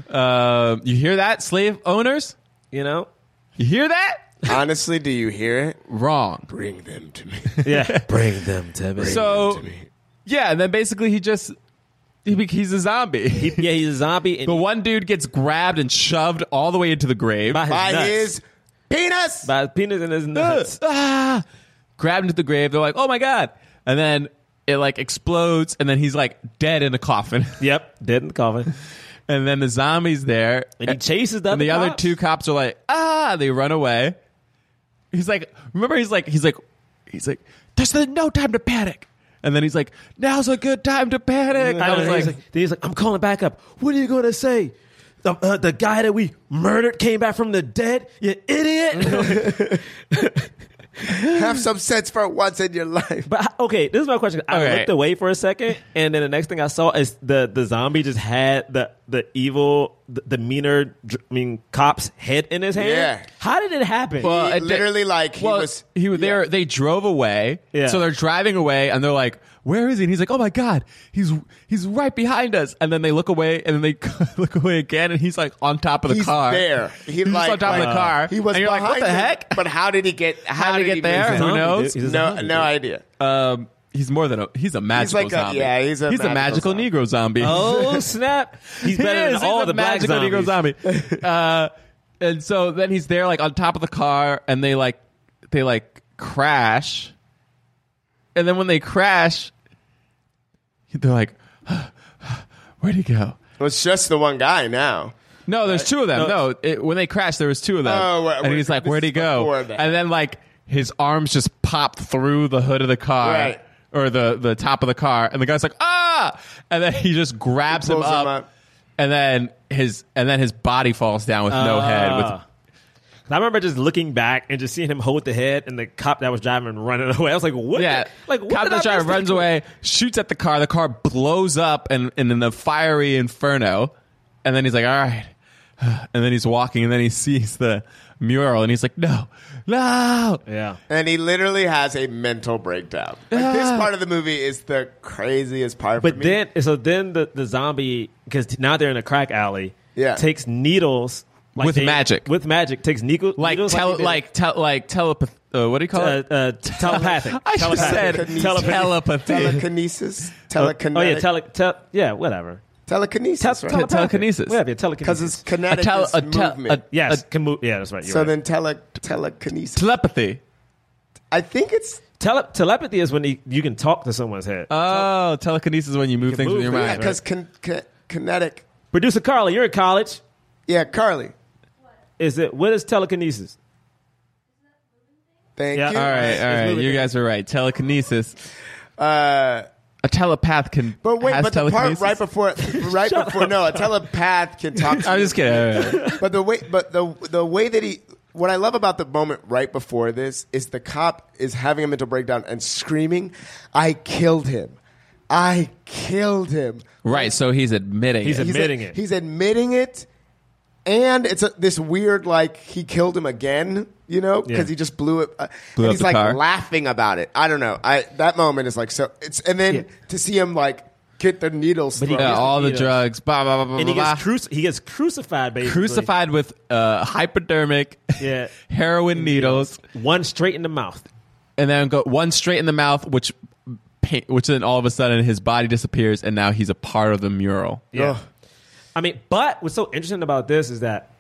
Um, you hear that, slave owners? you know. You hear that? Honestly, do you hear it? Wrong. Bring them to [laughs] me. Yeah, bring them to me. So me. yeah, and then basically he just he, be- he's a zombie. [laughs] [laughs] yeah, he's a zombie and The one dude gets grabbed and shoved all the way into the grave. by his By nuts, his penis. by his penis and his Ugh, nuts. [laughs] ah, grabbed into the grave. They're like, "Oh my god!" And then it like explodes, and then he's like dead in a coffin. [laughs] yep, dead in the coffin. and then the zombies there, And he chases the and the other cops. two cops are like, "Ah!" They run away. He's like, remember? He's like, he's like, he's like, "There's no time to panic." And then he's like, "Now's a good time to panic." I I was like, he's like, then he's like, I'm calling back up. What are you going to say? The, uh, the guy that we murdered came back from the dead. You idiot! [laughs] [laughs] Have some sense for once in your life. but I- okay, this is my question. I Okay. looked away for a second, and then the next thing I saw is the the zombie just had the the evil, the, the meaner, dr- I mean, cop's head in his hand. Yeah. How did it happen? Well, He it- literally, like, he well, was- he was there. They drove away, Yeah. so they're driving away, and they're like, "Where is he?" And he's like, "Oh my god, he's he's right behind us!" And then they look away, and then they [laughs] look away again, and he's like on top of [laughs] the He's car. [laughs] there. He, he's like, on top of the like, car. He was and you're like, "What behind the him." heck?" But how did he get? How How, to did get he there? make it? Who zombie, knows? dude. He's a No, zombie, no dude. idea. Um, he's more than a he's a magical like a- zombie. yeah, he's a he's a magical magical zombie. Negro zombie. [laughs] Oh snap! He's He better is. than He's all a the black magical zombies. Negro zombie. [laughs] uh, and so then he's there, like on top of the car, and they like they like crash. And then when they crash, they're like, [gasps] "Where'd he go?" It was just the one guy. Now No, there's two of them. No, it, when they crashed, there was two of them. Oh, wait, and wait, he's like, this "Where'd he is before go?" that. And then like his arms just pop through the hood of the car. Right. Or the, the top of the car, and the guy's like ah, and then he just grabs He him, pulls him up, up. and then his and then his body falls down with no head. With, Ah. I remember just looking back and just seeing him hold the head and the cop that was driving running [laughs] away. I was like, "What? yeah, the- like what cop did I that driver miss? runs away, shoots at the car. The car blows up, and, and in the fiery inferno, and then he's like, all right, [sighs] and then he's walking, and then he sees the mural, and he's like, no, no, Yeah, and he literally has a mental breakdown. Like, this Ah. part of the movie is the craziest part. for but me. then so then the, the zombie because now they're in a crack alley. Yeah. takes needles like With magic. With magic, takes needle, like needles tele, they did- like te- like telepath. Uh, what do you call uh, it? uh, telepathic. I just telepathic. said Telekinesis. telepathy. telekinesis, Oh telekinetic. yeah, tele, te- yeah, whatever. Telekinesis, Tele- right? telepathic. Telekinesis. Whatever, yeah, Because telekinesis. it's kinetic tele- is a tel- movement. a- yes, can move. Yeah, that's right. You're so right. then tele- telekinesis. Telepathy. I think it's Tele- telepathy is when you, you can talk to someone's head. Uh, Oh, telekinesis is when you move can things move with your things, mind. yeah, because con- con- kinetic. Producer Carly, you're in college. Yeah, Carly. Is it what is telekinesis? Thank Yeah. you. All right, It's all right. moving You things. guys are right. Telekinesis. Uh, A telepath can. but wait, has but the part telekinesis? right before, [laughs] right before, no, a telepath can talk. To I'm you. just kidding. All right, all right. But the way, but the the way that he, what I love about the moment right before this is the cop is having a mental breakdown and screaming, "I killed him, I killed him." Right, So he's admitting. He's it. ad- Admitting he's, it. He's admitting it, and it's a, this weird like he killed him again, you know, because Yeah. he just blew it. Uh, Blew and up he's the like car. laughing about it. I don't know. I that moment is like so. It's and then Yeah. to see him like get the needles. But he- thrown. Yeah, all the Yeah. drugs. Blah blah blah blah. And he blah, gets cruci- he gets crucified basically. crucified with uh, hypodermic Yeah. heroin needles, One straight in the mouth. and then go one straight in the mouth, which pa- which then all of a sudden his body disappears, and now he's a part of the mural. Yeah. Ugh. I mean, but what's so interesting about this is that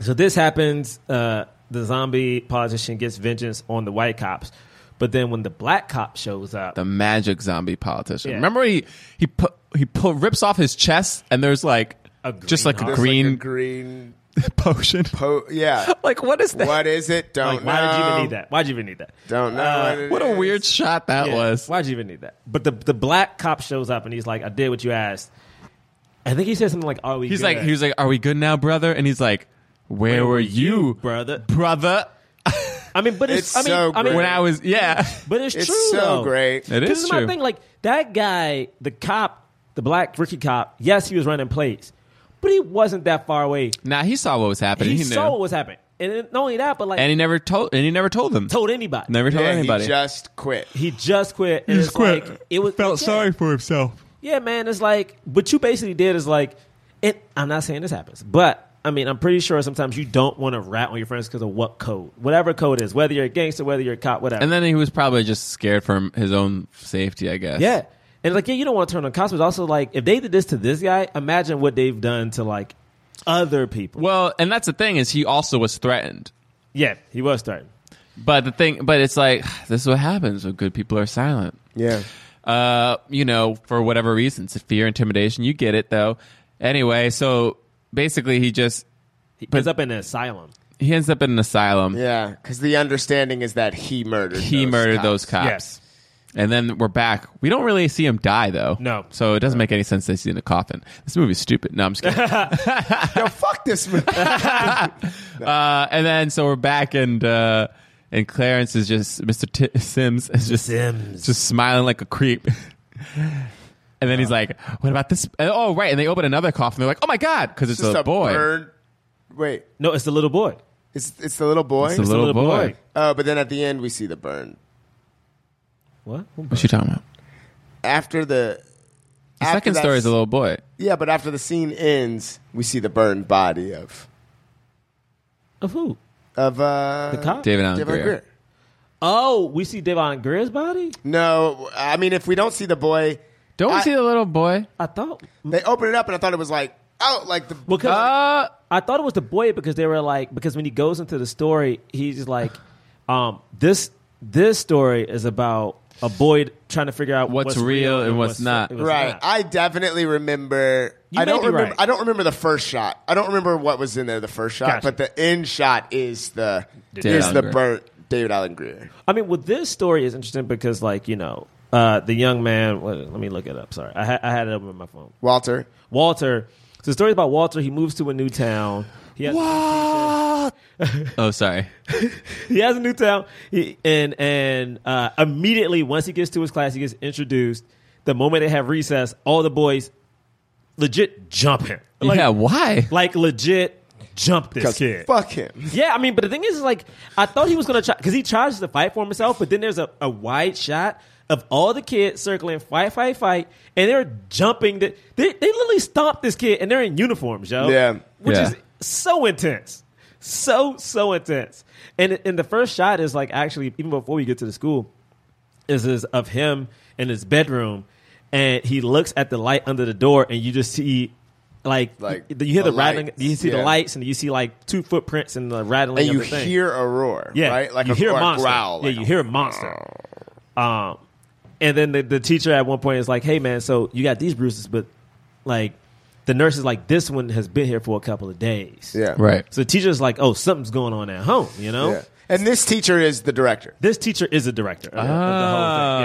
so this happens, uh, the zombie politician gets vengeance on the white cops. But then when the black cop shows up, The magic zombie politician. Yeah. Remember he he put, he put, rips off his chest, and there's like A just green like a There's, like, green a green. [laughs] potion. Po- [laughs] yeah. like what is that? What is it? Don't Oh, like, why know. did you even need that? Why did you even need that? Don't know. Uh, it What a is. weird shot that Yeah. was. Why'd you even need that? But the the black cop shows up and he's like, "I did what you asked." I think he said something like, "Are we?" He's good? like, he was like, "Are we good now, brother?" And he's like, "Where, were you, brother?" brother?" I mean, but it's, It's I mean, so I mean, great. When I was, yeah, but it's, It's true. so though. great. It This is is my true. thing. Like that guy, the cop, the black Ricky cop. Yes, he was running plays, but he wasn't that far away. Nah, he saw what was happening. He, He, knew, saw what was happening, and it- not only that, but like and he never told, and he never told them. told anybody. never told Yeah, anybody. He just quit. He just quit. and it's Like, it was yeah. for himself. Yeah, man. It's like what you basically did is like, it, I'm not saying this happens, but I mean, I'm pretty sure sometimes you don't want to rat on your friends because of what code, whatever code is, whether you're a gangster, whether you're a cop, whatever. And then he was probably just scared for him- his own safety, I guess. yeah, and like, yeah, you don't want to turn on cops, but also like, if they did this to this guy, imagine what they've done to like other people. Well, and that's the thing is he also was threatened. yeah, he was starting. But the thing, but it's like [sighs] this is what happens when good people are silent. Yeah. uh, you know, for whatever reasons, fear, intimidation. You get it though. Anyway, so basically, he just He ends up in an asylum. he ends up in an asylum. Yeah. Because the understanding is that he murdered. He those murdered cops. those cops, Yes. and then we're back. We don't really see him die though. No. so it doesn't make any sense that he's in a coffin. This movie's stupid. No, I'm just [laughs] kidding. [laughs] Yo, fuck this movie. uh, and then so we're back, and uh, and Clarence is just Mr. T- Sims is just Sims. just smiling like a creep. And Uh. then he's like, "What about this?" And, oh, right. And they open another coffin. They're like, "Oh my god!" Because it's just a, boy. bird. Wait, No, it's the little boy. it's it's the little boy. It's a little, little boy. boy. oh, but then at the end we see the burn What? What's she talking about? after the. The after second that story is a s- little boy. Yeah, but after the scene ends, we see the burned body of Of who? of uh, The cop? David Allen David Greer. Greer. Oh, we see Devon Greer's body. No, I mean if we don't see the boy, Don't we I- see the little boy? I thought they open it up and I thought it was like oh like the because Uh, I thought it was the boy because they were like because when he goes into the story, he's like, um, this this story is about a boy trying to figure out What's real and what's not. and what's right. not. I definitely remember. You I may don't be remember. right. I don't remember the first shot. I don't remember what was in there the first shot, Gotcha. but the end shot is the David is Allen the Greer. burnt David Allen Greer. I mean, with this story is interesting because like you know uh, the young man. What, let me look it up. Sorry, I, ha- I had it up on my phone. Walter. Walter. So the story is about Walter. He moves to a new town. He has, oh, [laughs] sorry. he has a new town, he, and and uh, immediately once he gets to his class, he gets introduced. The moment they have recess, all the boys legit jump him. Like, yeah, why? like legit jump this 'Cause kid. Fuck him. Yeah, I mean, but the thing is, is like I thought he was gonna try because he tries to fight for himself, but then there's a, a wide shot of all the kids circling, fight, fight, fight, and they're jumping. The, they they literally stomp this kid, and they're in uniforms, yo. Yeah. which Yeah. is so intense, so so intense. And and the first shot is like actually even before we get to the school, is is of him in his bedroom, and he looks at the light under the door, and you just see. Like, Like, you, you hear the, the rattling, lights, you see the yeah. lights, and you see like two footprints and the rattling. and of you the thing. hear a roar, yeah, right? Like you a, hear or a monster. growl, like yeah, you a- Oh. hear a monster. Um, and then the, the teacher at one point is like, "Hey, man, so you got these bruises, but like the nurse is like, this one has been here for a couple of days. yeah, Right. So the teacher's like, oh, something's going on at home, you know? yeah. And this teacher is the director. This teacher is a director. of- of the whole thing.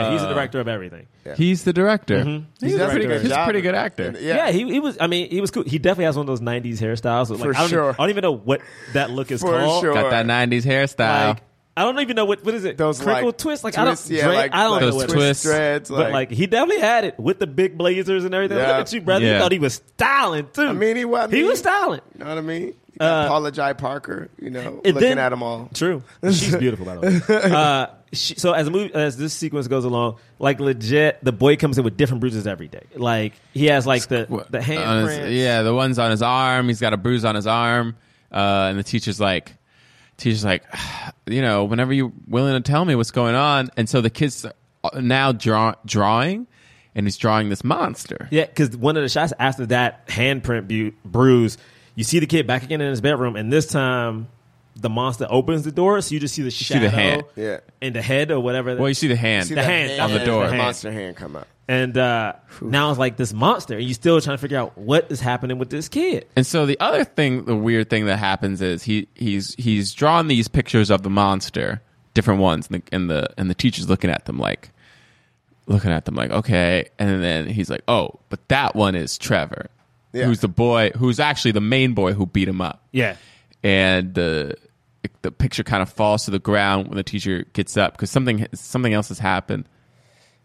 Yeah, he's Ah. a director of everything. Yeah, He's the director. He's, done a a pretty good good. He's a job. pretty good actor. And- yeah, he, he was. I mean, he was cool. He definitely has one of those '90s hairstyles. With like, For I don't, sure. I don't even know what that look is For called. sure. Got that '90s hairstyle. Like, I don't even know what what is it. those crinkle like, twists. Like twists, I don't. yeah, Drake, like, I don't like know Those what. it is. twists. twist threads, But like, like he definitely had it with the big blazers and everything. Yeah. Look at you, brother. Yeah. You thought he was styling too. I mean, he wa- I he mean- was styling. you know what I mean? You got Paula Jai Parker, you know, uh, And looking then- at them all. True. [laughs] She's beautiful, by the way. Uh, she, so as a movie, as this sequence goes along, like legit, the boy comes in with different bruises every day. Like he has like the What- the on hand his- prints. yeah, the one's on his arm. He's got a bruise on his arm, uh, and the teacher's like, teacher's like, [sighs] you know, whenever you're willing to tell me what's going on, and so the kid's now draw, drawing, and he's drawing this monster. yeah. Because one of the shots after that handprint bu- bruise, you see the kid back again in his bedroom, and this time the monster opens the door, so you just see the see shadow the hand. Yeah. and the head or whatever. Well, you see the hand. See The that hand on the door. The Hand. monster hand come up. and uh, now it's like this monster, and you still trying to figure out what is happening with this kid. And so the other thing, the weird thing that happens is he he's he's drawn these pictures of the monster, different ones, and the and the, and the teacher's looking at them like, looking at them like, okay. And then he's like, oh, but that one is Trevor, Yeah. who's the boy, who's actually the main boy who beat him up. Yeah. And the the picture kind of falls to the ground when the teacher gets up because something something else has happened.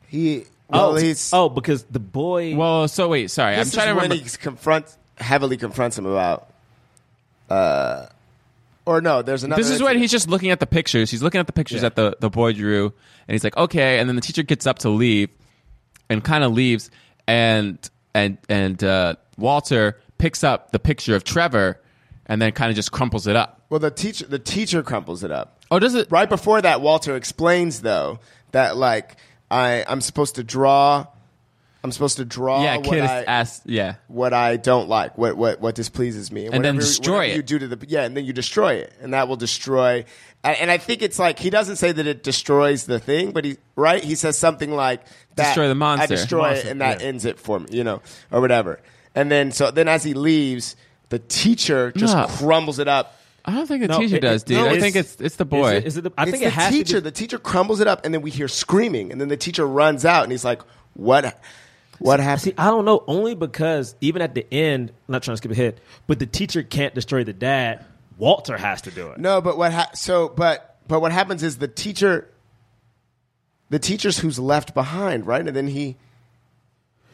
He, well, oh, he's, oh, because the boy. Well, so wait, sorry, this I'm trying to is when remember. he confronts, heavily confronts him about, uh, or no, there's another. This is when he's just looking at the pictures. He's looking at the pictures that the, the boy drew, and he's like, okay. And then the teacher gets up to leave, and kind of leaves, and and and uh, Walter picks up the picture of Trevor, and then kind of just crumples it up. Well, the teacher, the teacher crumples it up. Oh, does it? right before that, Walter explains though that like I I'm supposed to draw, I'm supposed to draw Yeah, Oh, what kid I asked. Yeah, what I don't like, what what what displeases me, And then whatever- destroy whatever it. You do to the yeah, and then you destroy it, and that will destroy. And, and I think it's like he doesn't say that it destroys the thing, but he right he says something like that, Destroy the monster. I destroy Monster, it, and that yeah. ends it for me, you know, or whatever. And then so then as he leaves, the teacher just No. crumbles it up I don't think the No, teacher it- does, it- dude. no, I think it's it's the boy. Is it, is it the, I it's think the it has to teacher. be. The teacher crumbles it up, and then we hear screaming, and then the teacher runs out, and he's like, "What? What happened?" See, I don't know. Only because even at the end, I'm not trying to skip ahead, but the teacher can't destroy the dad. Walter has to do it. no, but what? Ha- so, but but what happens is the teacher, the teacher's who's left behind, right? And then he,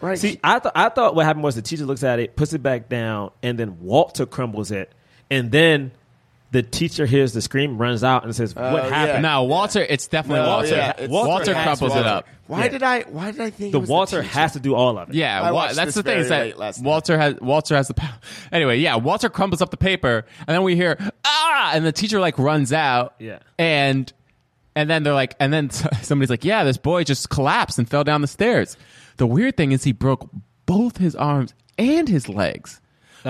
right? See, I thought I thought what happened was the teacher looks at it, puts it back down, and then Walter crumbles it, and then the teacher hears the scream, runs out, and says, "What yeah. happened?" no, Walter. It's definitely No, Walter. uh, yeah, it's- Walter, Walter has crumples it Walter. up. why yeah. did I? Why did I think The it was Walter teacher? has to do all of it. Yeah, I Wa- watched that's this the thing very is that late last night. Walter has Walter has the power. [laughs] Anyway, yeah, Walter crumbles up the paper, and then we hear ah, and the teacher like runs out. Yeah. and and then they're like, and then s- [laughs] somebody's like, yeah, this boy just collapsed and fell down the stairs. The weird thing is he broke both his arms and his legs.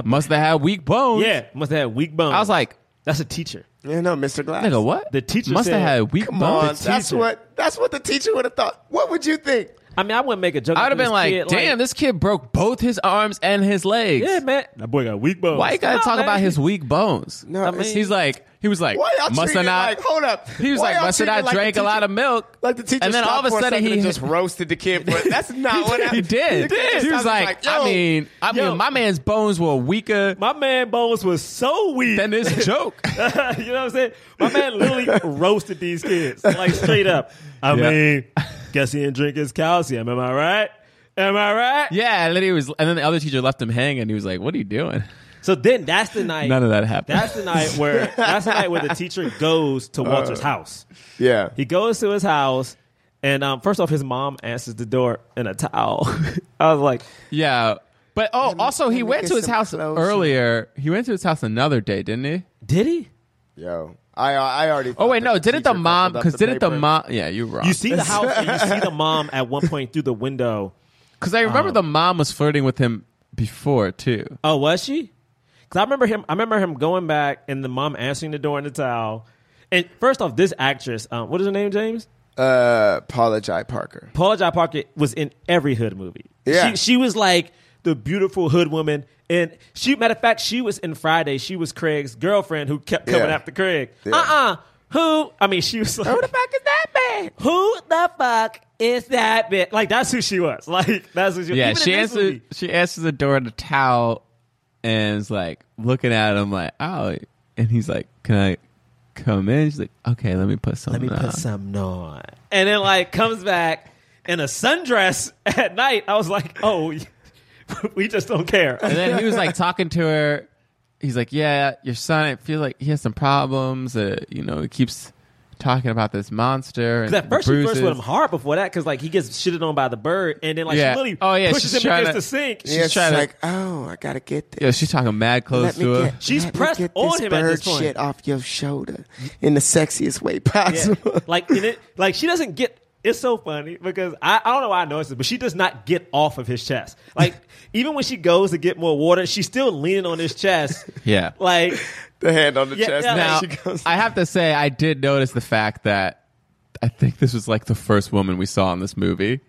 Must have had weak bones. yeah, must have had weak bones. I was like, "That's a teacher." Yeah, no, Mr. Glass. nigga, what? The teacher must said, have had weak Come on, bones. that's teacher. what that's what the teacher would have thought. What would you think? I mean, I wouldn't make a joke. I would have this been like, kid, damn, this kid broke both his arms and his legs. yeah, man, that boy got weak bones. Why you gotta No, talk man. about his weak bones? No, I mean- he's like he was like Why y'all must have treating not like? Hold up, He was Why like y'all must have treating not like the drank a lot teacher- of milk. Like the teacher, and then all of a sudden he [laughs] just roasted the kid. For it. That's not what he happened. did. The kid He was stopped, like, I "Yo, mean, I yo. mean, my man's bones were [laughs] weaker [laughs] My man bones was so weak. [laughs] than this joke. you know what I'm saying? My man literally [laughs] roasted these kids, like straight up. I Yeah. mean, guess he didn't drink his calcium. Am I right? Am I right? yeah, and then he was, and then the other teacher left him hanging. He was like, "What are you doing?" So then that's the night. None of that happened. That's the night where that's the night where [laughs] the teacher goes to Walter's Uh, house. yeah, He goes to his house, and um, first off, his mom answers the door in a towel. [laughs] I was like, yeah, but oh, also let he me went get to his some house clothes. earlier. He went to his house another day, didn't he? "Did he?" Yo, I I already. Oh wait, no, didn't the mom? Because Because didn't the mom? Yeah, you're wrong. You see the house, and you see the mom at one point through the window because I remember the mom was flirting with him before too. Oh, was she? Because I remember him. I remember him going back and the mom answering the door in the towel. And first off, this actress, um, what is her name, James? Uh, Paula Jai Parker. Paula Jai Parker was in every hood movie. Yeah. She, she was like the beautiful hood woman. And she, matter of fact, she was in Friday. She was Craig's girlfriend who kept coming Yeah. after Craig. Yeah. Uh-uh. Who? I mean, she was like, Who the fuck is that man? Who the fuck is that bitch? Like, that's who she was. [laughs] Like, that's who she was. Yeah, Even she in this answered. movie. She answers the door in a towel, and is like looking at him like, "Oh," and he's like, "Can I come in?" She's like, "Okay, let me put Let something." me on." put something on. And then, like, comes back in a sundress [laughs] at night. I was like, oh, [laughs] we just don't care. And then he was [laughs] like talking to her. He's like, "Yeah, your son. I feel like he has some problems. Uh, you know, he keeps talking about this monster." And Because at first she bruises. first with him hard before that, because like he gets shitted on by the bird, and then like Yeah. she literally Oh, yeah, pushes she's him trying against to- the sink. Yeah, she's trying to- uh, like, oh, I gotta get this. Yeah, she's talking mad close Let me to him. get, She's let me pressed get on this him at bird this point. shit off your shoulder in the sexiest way Yeah. possible. [laughs] like and it, like she doesn't get. It's so funny because I, I don't know why I noticed this, but she does not get off of his chest. [laughs] Like even when she goes to get more water, she's still leaning on his chest. [laughs] Yeah. Like [laughs] the hand on the Yeah, chest. yeah, Now, she goes, I have to say, I did notice the fact that I think this was like the first woman we saw in this movie.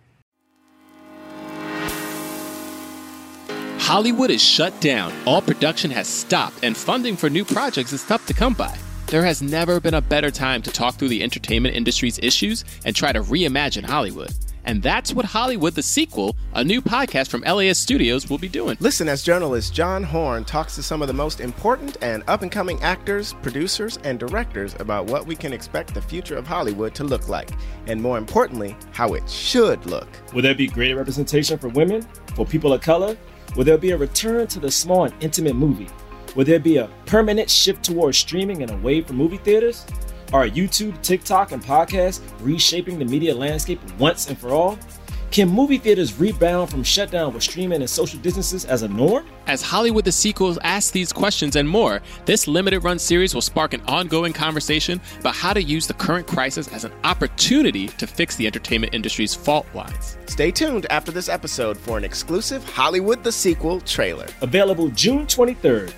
Hollywood is shut down. All production has stopped, and funding for new projects is tough to come by. There has never been a better time to talk through the entertainment industry's issues and try to reimagine Hollywood. And that's what Hollywood the Sequel, a new podcast from LAS Studios, will be doing. Listen as journalist John Horn talks to some of the most important and up and coming actors, producers, and directors about what we can expect the future of Hollywood to look like, and more importantly, how it should look. Will there be greater representation for women, for people of color? Will there be a return to the small and intimate movie? Will there be a permanent shift towards streaming and away from movie theaters? Are YouTube, TikTok, and podcasts reshaping the media landscape once and for all? Can movie theaters rebound from shutdown with streaming and social distances as a norm? As Hollywood the Sequel asks these questions and more, this limited run series will spark an ongoing conversation about how to use the current crisis as an opportunity to fix the entertainment industry's fault lines. Stay tuned after this episode for an exclusive Hollywood the Sequel trailer. Available June 23rd.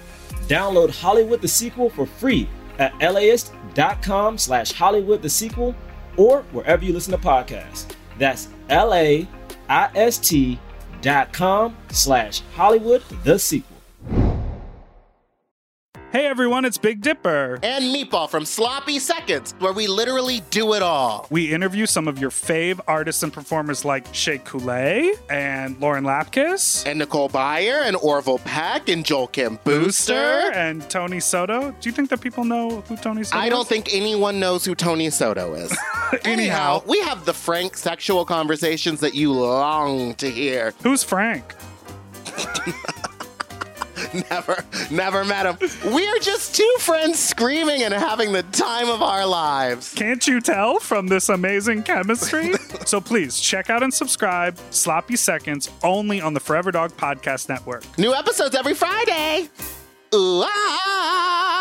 Download Hollywood the Sequel for free at LAist.com slash Hollywood the Sequel or wherever you listen to podcasts. That's L-A-I-S-T dot com slash Hollywood the Sequel. Hey everyone, it's Big Dipper. and Meatball from Sloppy Seconds, where we literally do it all. We interview some of your fave artists and performers like Shea Coulee and Lauren Lapkus. And Nicole Byer and Orville Peck and Joel Kim Booster. And Tony Soto. Do you think that people know who Tony Soto I don't is? think anyone knows who Tony Soto is. [laughs] Anyhow, we have the frank sexual conversations that you long to hear. Who's Frank? Never, never met him. We are just two friends screaming and having the time of our lives. Can't you tell from this [laughs] amazing chemistry? so please check out and subscribe Sloppy Seconds only on the Forever Dog Podcast Network. New episodes every Friday. Ooh, ah.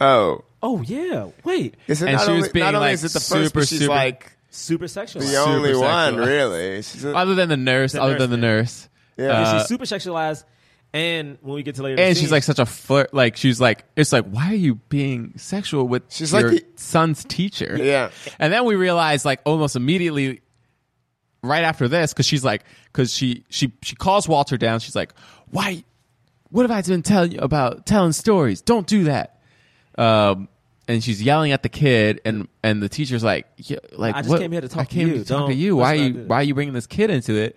oh, oh yeah, wait, is it And not she was only, being, not only like, is it the first, super, but she's super- like super sexualized. the only sexual. one, really. She's a- Other than the nurse, other nurse than the did. nurse. yeah. And she's super sexualized, and when we get to later, Uh, and scenes- she's like such a flirt. Like she's like, it's like, why are you being sexual with She's your like the- son's teacher? Yeah. And then we realize, like, almost immediately, right after this, because she's like, because she she she calls Walter down. She's like, why? What have I been telling you about telling stories? Don't do that. Um, and she's yelling at the kid, and and the teacher's like, "Yeah, like I just what- came here to talk I to came you. to talk to Don't- you. Why are let's not you do that." why are you bringing this kid into it?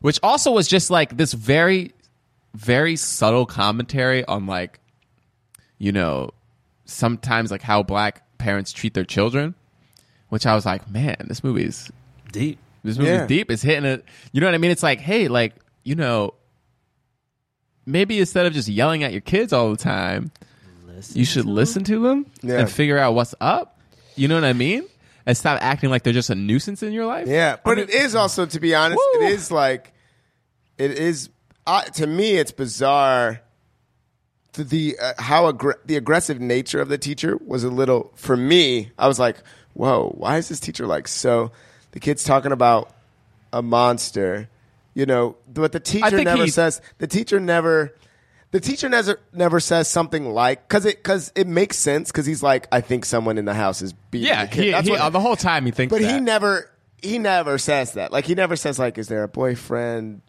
Which also was just like this very very subtle commentary on like you know sometimes like how black parents treat their children which i was like man this movie's deep. this movie's Yeah. deep it's hitting it you know what i mean it's like hey like you know maybe instead of just yelling at your kids all the time you should listen to them Yeah. and figure out what's up you know what i mean and stop acting like they're just a nuisance in your life Yeah, but it is also, to be honest, Woo! it is like it is uh, to me. It's bizarre. th- The uh, how aggr- the aggressive nature of the teacher was a little for me. I was like, whoa, why is this teacher like so? the kid's talking about a monster, you know, but the teacher think never he- says the teacher never the teacher never never says something like cuz it cuz it makes sense cuz he's like I think someone in the house is beating Yeah, the kid. he- That's he- what- uh, the whole time he thinks But he that. never he never says that. Like he never says like is there a boyfriend?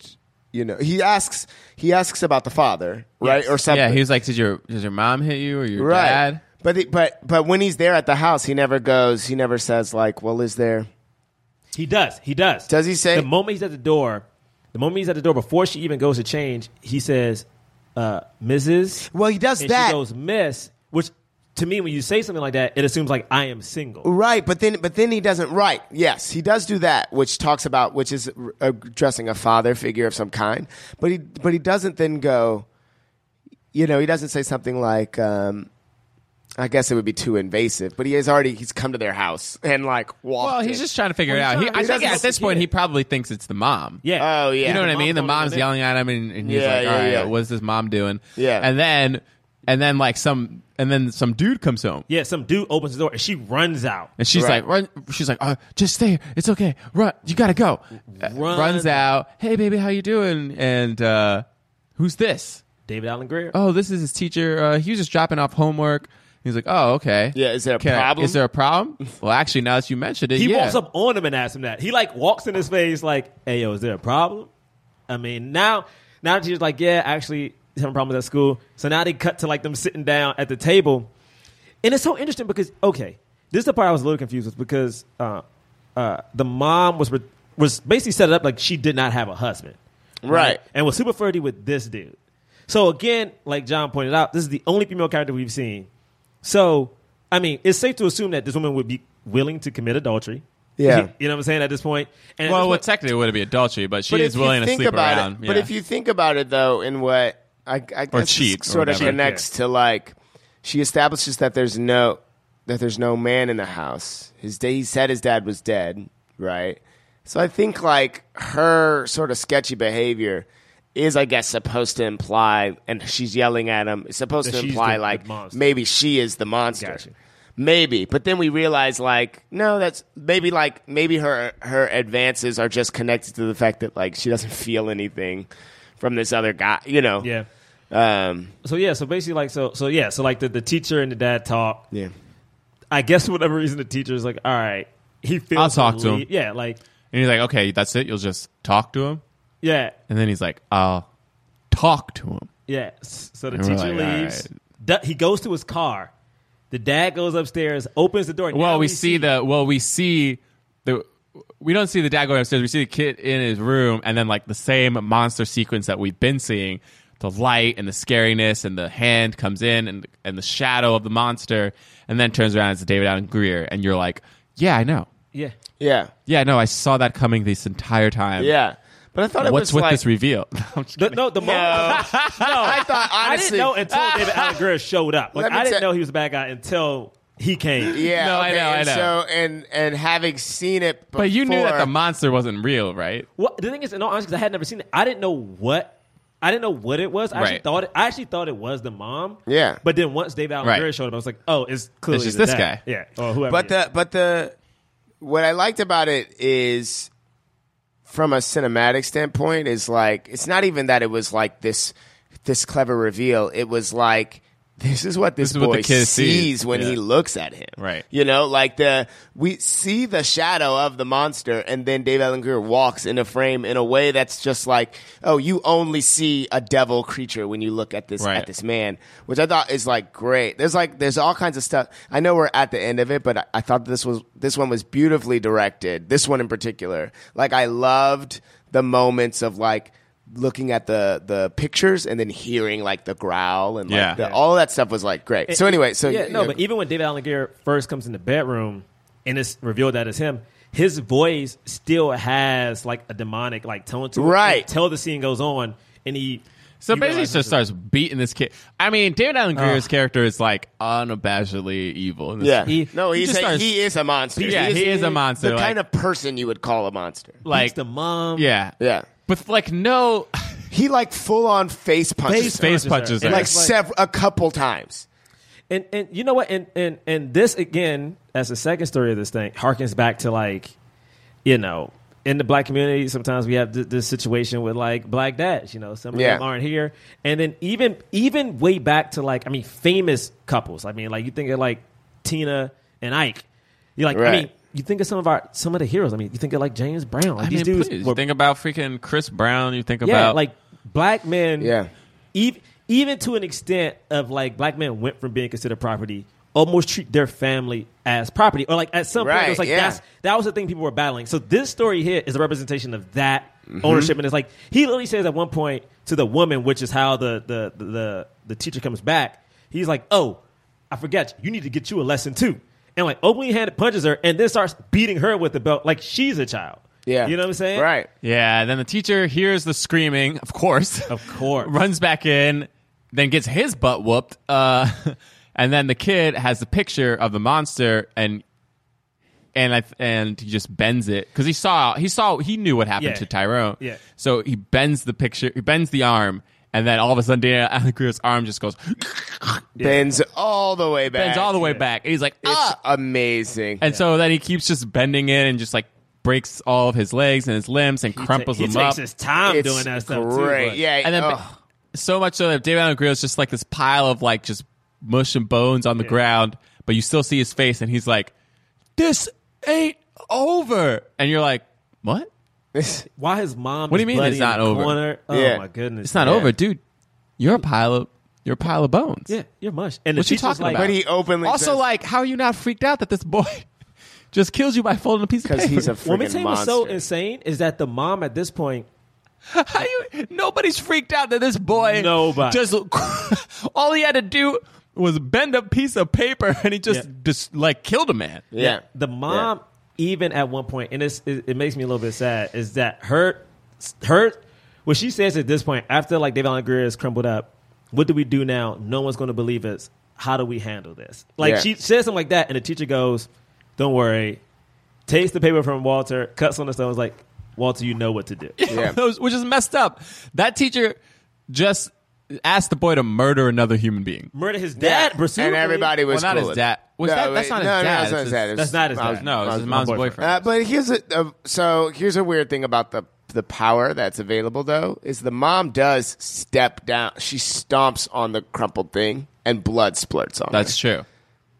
You know, he asks he asks about the father, right? Or something. Yeah, he was like, "Did your did your mom hit you or your right. dad?" But the, but but when he's there at the house, he never goes. He never says like, "Well, is there?" He does. He does. Does he say? The moment he's at the door, the moment he's at the door, before she even goes to change, he says, uh, "Mrs." Well, he does and that. She goes, "Miss," which to me, when you say something like that, it assumes like I am single. Right, but then but then he doesn't. Right, yes, he does do that, which talks about which is r- addressing a father figure of some kind. But he but he doesn't then go. You know, he doesn't say something like. Um, I guess it would be too invasive, but he has already he's come to their house and like walked. Well, he's in. just trying to figure Well, it out. he's He, trying to- I he think doesn't at this know- point he probably thinks it's the mom. Oh yeah. you know what I mean. The mom's going mom's in. yelling at him, and, and he's Yeah, like, "All yeah, right, yeah. what's this mom doing?" Yeah. and then and then like some and then some dude comes home, Yeah, some dude opens the door and she runs out. and she's Right. like, "Run!" She's like, "Oh, just stay. here. It's okay. Run. You gotta go." Uh, Run. Runs out. Hey, baby, how you doing? And uh, who's this? David Allen Greer. Oh, this is his teacher. Uh, he was just dropping off homework. He's like, "Oh, okay. Yeah, is there a Can I- problem? Is there [laughs] a problem? Well, actually, now that you mentioned it, He yeah. walks up on him and asks him that. He like walks in his face like, "Hey, yo, is there a problem?" I mean, now now the teacher's like, "Yeah, actually, he's having problems at school." So now they cut to like them sitting down at the table, and it's so interesting because okay, this is the part I was a little confused with because uh, uh, the mom was re- was basically set it up like she did not have a husband, Right. And was super flirty with this dude. So again, like John pointed out, this is the only female character we've seen. So I mean, it's safe to assume that this woman would be willing to commit adultery. Yeah. you know what I'm saying at this point. And at well, this well, point- technically it would be adultery, but she But is if you willing to think sleep about around. It, But Yeah. if you think about it, though, in what I, I guess Or this cheat or sort of whatever. connects to like she establishes that there's no that there's no man in the house. His day he said his dad was dead, right? So I think like her sort of sketchy behavior is, I guess, supposed to imply, and she's yelling at him. It's supposed That to she's imply the- like the monster. maybe she is the monster. Gotcha. Maybe, but then we realize like no, that's maybe like maybe her her advances are just connected to the fact that like she doesn't feel anything from this other guy, you know. yeah. Um, So yeah, so basically like so so yeah, so like the, the teacher and the dad talk. yeah. I guess [laughs] for whatever reason the teacher is like, all right, he feels I'll talk to him. relieved. Yeah, like and he's like, "Okay, that's it. You'll just talk to him." yeah, And then he's like, I'll talk to him. yeah. S- So the And we're teacher like, all leaves. Du- He goes to his car. The dad goes upstairs, opens the door. Now Well, we see the well, we see the we don't see the dad going upstairs. We see the kid in his room, and then like the same monster sequence that we've been seeing: the light and the scariness, and the hand comes in, and and the shadow of the monster, and then turns around and it's David Allen Greer, and you're like, yeah, I know, Yeah. Yeah. yeah, I know, I saw that coming this entire time. Yeah. But I thought it what's was with like, this reveal? The- [laughs] no, the [laughs] moment. I thought I didn't honestly know until David Allen Greer showed up. Like Let me I didn't tell- know he was a bad guy until he came. Yeah, No, I okay, know, I and know. So and and having seen it before, but you knew that the monster wasn't real, right? Well, the thing is, in all honesty, 'cause I had never seen it. I didn't know what. I didn't know what it was. I actually Right. thought it. I actually thought it was the mom. Yeah. But then once David Allen Right. Greer showed up, I was like, oh, it's clearly just the this dad. guy. Yeah. Or whoever. But But the but the what I liked about it is from a cinematic standpoint is like it's not even that it was like this this clever reveal. It was like this is what this, This is boy what the kid sees, sees. when Yeah. he looks at him. Right. You know, like the we see the shadow of the monster and then Dave Allen Greer walks in a frame in a way that's just like, oh, you only see a devil creature when you look at this Right. at this man, which I thought is like great. There's like there's all kinds of stuff. I know we're at the end of it, but I, I thought this was this one was beautifully directed. This one in particular, like I loved the moments of like looking at the the pictures and then hearing like the growl and like Yeah. the, all that stuff was like great. so anyway, so yeah, you no. know, But even when David Allen Greer first comes in the bedroom and it's revealed that it's him, his voice still has like a demonic like tone to it. Right. Until the scene goes on, and he. So you basically, realize she just this is- starts beating this kid. I mean, David Allen Greer's character is like unabashedly evil. in this- Yeah. He- no, he he's just a, starts- he is a monster. Yeah, he is a monster, The like- kind of person you would call a monster. beats like the mom. yeah, Yeah. But like no, He like full on face punches. her. face punches her. her. like, It's like- several a couple times. and and you know what and and and this again as the second story of this thing harkens back to like you know, in the black community, sometimes we have th- this situation with like black dads. You know, some of Yeah. them aren't here, and then even even way back to like I mean, famous couples. I mean, like you think of like Tina and Ike. You're like, I mean, Right. you think of some of our some of the heroes. I mean, you think of like James Brown. Like, [sighs] I these mean, dudes please, were think about freaking Chris Brown. You think yeah, about like black men. Yeah. Even even to an extent of like black men went from being considered property, almost treat their family as property, or like at some point it was Right, like yeah. that's that was the thing people were battling. So this story here is a representation of that Mhm. ownership, and it's like he literally says at one point to the woman, which is how the the the the, the teacher comes back. He's like, "Oh, I forgot you. You need to get you a lesson too." And like openly handed punches her, and then starts beating her with the belt like she's a child. Yeah. you know what I'm saying? Right. Yeah, then the teacher hears the screaming, of course. Of course. [laughs] runs back in, then gets his butt whooped. Uh, [laughs] and then the kid has the picture of the monster and and I, and he just bends it cuz he saw he saw he knew what happened Yeah. to Tyrone. Yeah. So he bends the picture, he bends the arm and then all of a sudden Daniel Alan Greer's arm just goes [laughs] Bends all the way back. Bends all the way back. And he's like, "Ah!" it's amazing. and so then he keeps just bending it and just like breaks all of his legs and his limbs and crumples he them takes up. his time It's doing that stuff, too, great. but- Yeah, And then oh, ugh. so much so that David Allen Greer is just like this pile of like just mush and bones on the ground, but you still see his face and he's like, "This ain't over," and you're like, "What? Why his mom? What do is you mean bloody it's not in the over? corner? Oh my goodness, it's not yeah. over, dude. You're a pile of you're a pile of bones. Yeah, you're mush. And what the you teacher's talking like, about? also says- like, how are you not freaked out that this boy [laughs] just kills you by folding a piece of paper? What makes him so insane is that the mom at this point. How you, nobody's freaked out that this boy Nobody. just [laughs] all he had to do was bend a piece of paper and he just just like killed a man. The mom, even at one point, and it's, it, it makes me a little bit sad, is that her, her, what she says at this point, after like David Allen Greer is crumbled up, what do we do now? No one's going to believe us. How do we handle this? Like Yeah. she says something like that, and the teacher goes, "Don't worry." Takes the paper from Walter, cuts on the stone, is like, "Walter, you know what to do." [laughs] Those- which is messed up. That teacher just asked the boy to murder another human being. Murder his dad, presumably. and everybody was well, not cool his with dad. it. Was No, that, that's wait, no, not his no, dad. that's not his dad. It's That's not his mom's- dad. No, it's mom's his mom's boyfriend. Uh, but here's a, uh, so here's a weird thing about the the power that's available though is the mom does step down. She stomps on the crumpled thing and blood splurts on. That's true.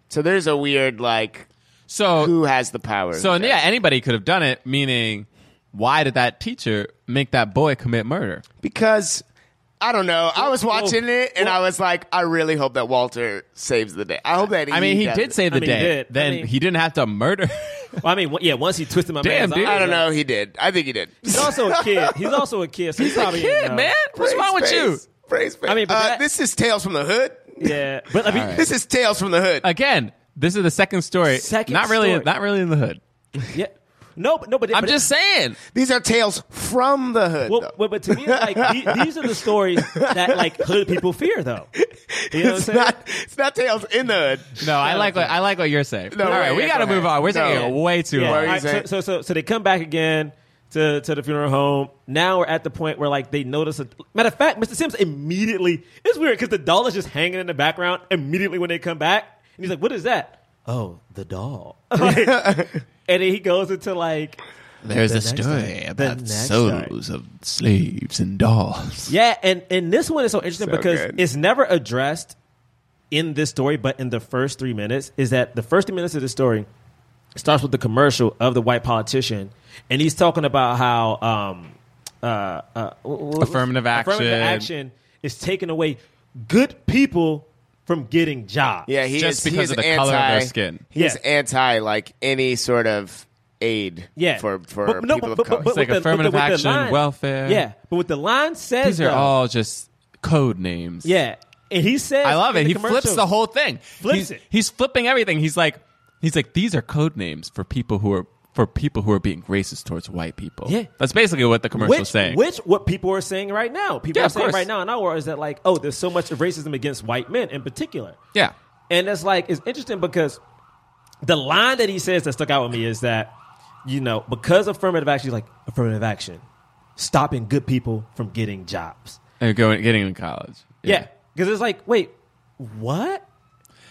So there's a weird like. So who has the power? So and yeah, anybody could have done it. Meaning, why did that teacher make that boy commit murder? because I don't know. I was watching it and I was like, I really hope that Walter saves the day. I hope that. He I mean, he does did it. save the day. Then he didn't have to murder. [laughs] Well, I mean, w- yeah. Once he twisted my Damn, man's dude. arm, I don't like- No, he did. I think [laughs] he did. He's also a kid. He's also a kid. So he's, probably kid, uh, man. What's wrong with you? Praise I mean, but Uh, that- this is Tales from the Hood. Yeah, but I mean, this is Tales from the Hood. Again, this is the second story. Second not really, story. not really in the hood. Yeah. No, but no, but I'm but- just saying these are tales from the hood. Well, well, but to me, it's like the- these are the stories that like hood people fear, though. You [laughs] know what I'm it's saying? not. It's not Tales in the Hood. No, I like what I like what you're saying. No, All right, wait, we yeah, got to go move ahead. on. We're taking No. it way too Yeah. long. All right, so, so so so they come back again to to the funeral home. Now we're at the point where like they notice. A, matter of fact, Mr. Sims immediately. It's weird because the doll is just hanging in the background. Immediately when they come back, and he's like, "What is that?" Oh, the doll. [laughs] [laughs] Like, and then he goes into like. There's the a next story day. The about next souls of slaves and dolls. Yeah, and and this one is so interesting So because good. it's never addressed in this story, but in the first three minutes is that the first three minutes of the story starts with the commercial of the white politician, and he's talking about how um, uh, uh, wh- wh- Affirmative action. affirmative action is taking away good people from getting jobs. Yeah, he is, he is anti, He is anti like any sort of aid. Yeah. for for But- no, people but- of but- color. but- It's like with the- affirmative with the action, line- welfare. Yeah, but what the line says These are though- all just code names. yeah, and he says I love in it. the He commercial- flips the whole thing. Flips he's, it. He's flipping everything. He's like, he's like, these are code names for people who are for people who are being racist towards white people. Yeah. that's basically what the commercial's which, saying. Which what people are saying right now. People Yeah, are of saying course. right now in our world is that like, oh, there's so much racism against white men in particular. yeah, And that's like it's interesting because the line that he says that stuck out with me is that, you know, because affirmative action is like affirmative action, stopping good people from getting jobs. and going getting in college. [laughs] Yeah. Because it's like, wait, what?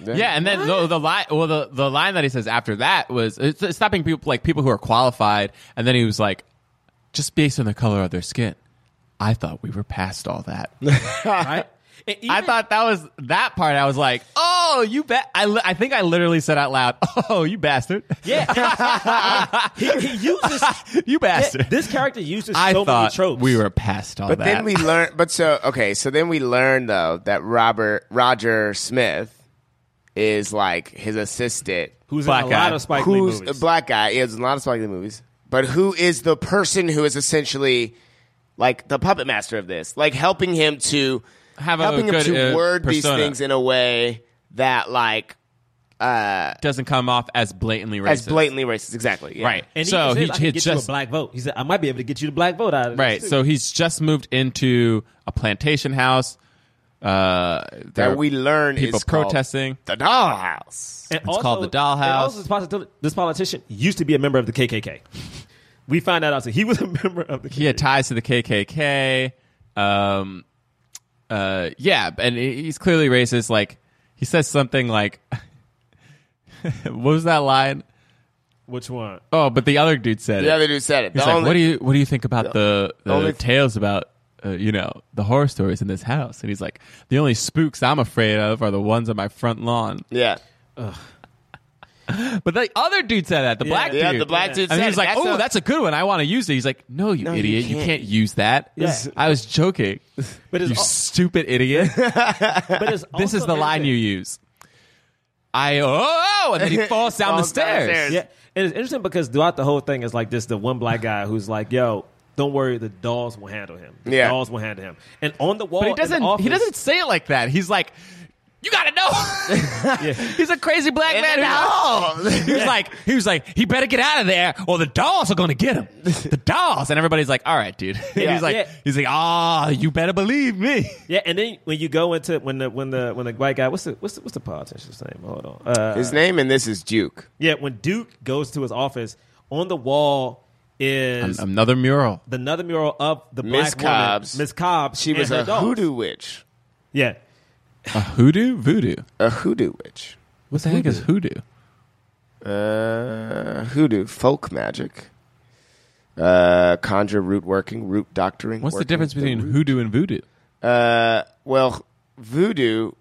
Yeah, and then the, the line, well, the, the line that he says after that was uh, it's, it's stopping people like people who are qualified, and then he was like, just based on the color of their skin, I thought we were past [laughs] all that. right? I thought that was that part. I was like, oh, you bet. I, li- I think I literally said out loud, [laughs] oh, you bastard. Yeah, he, he uses [laughs] you bastard. this character uses I so many thought tropes. we were past all But that. then we learn. But so okay. So then we learn though that Robert Roger Smith is like his assistant, Who's in Black a lot guy. of Spike Lee Who's movies. a black guy? Yeah, is in a lot of Spike Lee movies. But who is the person who is essentially like the puppet master of this, like helping him to Have a helping good, him to uh, word persona. these things in a way that like uh doesn't come off as blatantly racist. as blatantly racist. Exactly. yeah. Right. And so he, he, says, I he can get you a just black vote. He said, I might be able to get you the black vote out of this, right. too." So he's just moved into a plantation house. Uh, there That are we learn people is called protesting. the dollhouse. And It's called the dollhouse. and also this, posit- this politician used to be a member of the KKK. We find out also he was a [laughs] member of the. He had ties to the KKK. Um, uh, yeah, and he- he's clearly racist. Like he says something like, [laughs] "What was that line?" Which one? Oh, but the other dude said The it. other dude said it. He's The like, only- "What do you what do you think about the the, only- tales about uh, you know the horror stories in this house?" And he's like, "The only spooks I'm afraid of are the ones on my front lawn." Yeah. But the other dude said that. The black dude. Yeah, the black dude And said he was it. like, That's "Oh, a- that's a good one. I want to use it." He's like, "No, you No, you idiot. You can't. can't." use that." Yeah. I was joking. But it's you al- stupid idiot. But it's this is also the line interesting. you use. I oh, and then he falls down the Falls down the stairs. stairs. Yeah, and it's interesting because throughout the whole thing, it's like this: the one black guy who's like, "Yo, don't worry, the dolls will handle him. The Yeah. dolls will handle him." And on the wall, But he in the doesn't. office- He doesn't say it like that. He's like, "You gotta [laughs] know." Yeah. He's a crazy black man. who- [laughs] He was like, he was like, he better get out of there, or the dolls are gonna get him. [laughs] The dolls, and everybody's like, "All right, dude." [laughs] And Yeah. he's like, Yeah. he's like, "Ah, you better believe me." Yeah, and then when you go into when the when the when the white guy, what's the what's the, what's the politician's name? Hold on. Uh, His name and this is Duke. yeah, when Duke goes to his office, on the wall is Another mural. the another mural of the Miss black woman, Cobbs. Miss Cobbs. She was and a her dolls. hoodoo witch. Yeah, A hoodoo, voodoo. A hoodoo witch. What the heck is hoodoo? Uh, hoodoo, folk magic. Uh, conjure, root working, root doctoring. What's the working difference with between root. hoodoo and voodoo? Uh, well, voodoo,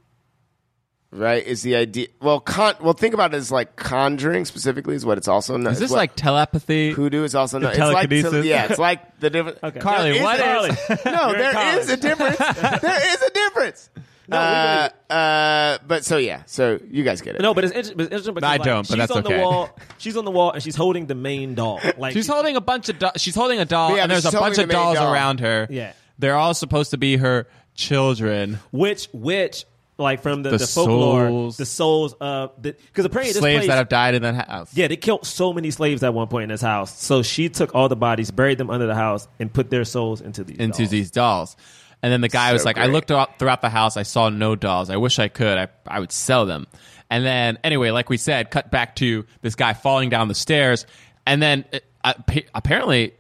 right, is the idea. Well, con- well, think about it as like conjuring specifically is what it's also known. Is this like telepathy? hoodoo is also known? It's telekinesis? like tele- yeah, it's like the difference. [laughs] Okay. Carly, There is what a- is- No, [laughs] You're in there college. is a difference. [laughs] there is a difference. uh, uh, but so yeah, so you guys get it. No, but it's interesting. But it's interesting because, I like, don't, but she's that's on okay. The wall, she's on the wall, and she's holding the main [laughs] doll. Like She's holding a bunch of do- she's holding a doll, Yeah, and but there's a she's bunch holding of the main dolls doll. around her. Yeah. they're all supposed to be her children. which which like from the, The the, folklore, souls. the souls of because apparently this slaves place, that have died in that house. yeah they killed so many slaves at one point in this house. So she took all the bodies, buried them under the house, and put their souls into these into dolls. these dolls. And then the guy was So like, I great. looked out throughout the house, I saw no dolls. I wish I could. I, I would sell them. And then, anyway, like we said, cut back to this guy falling down the stairs. And then uh, appa- apparently,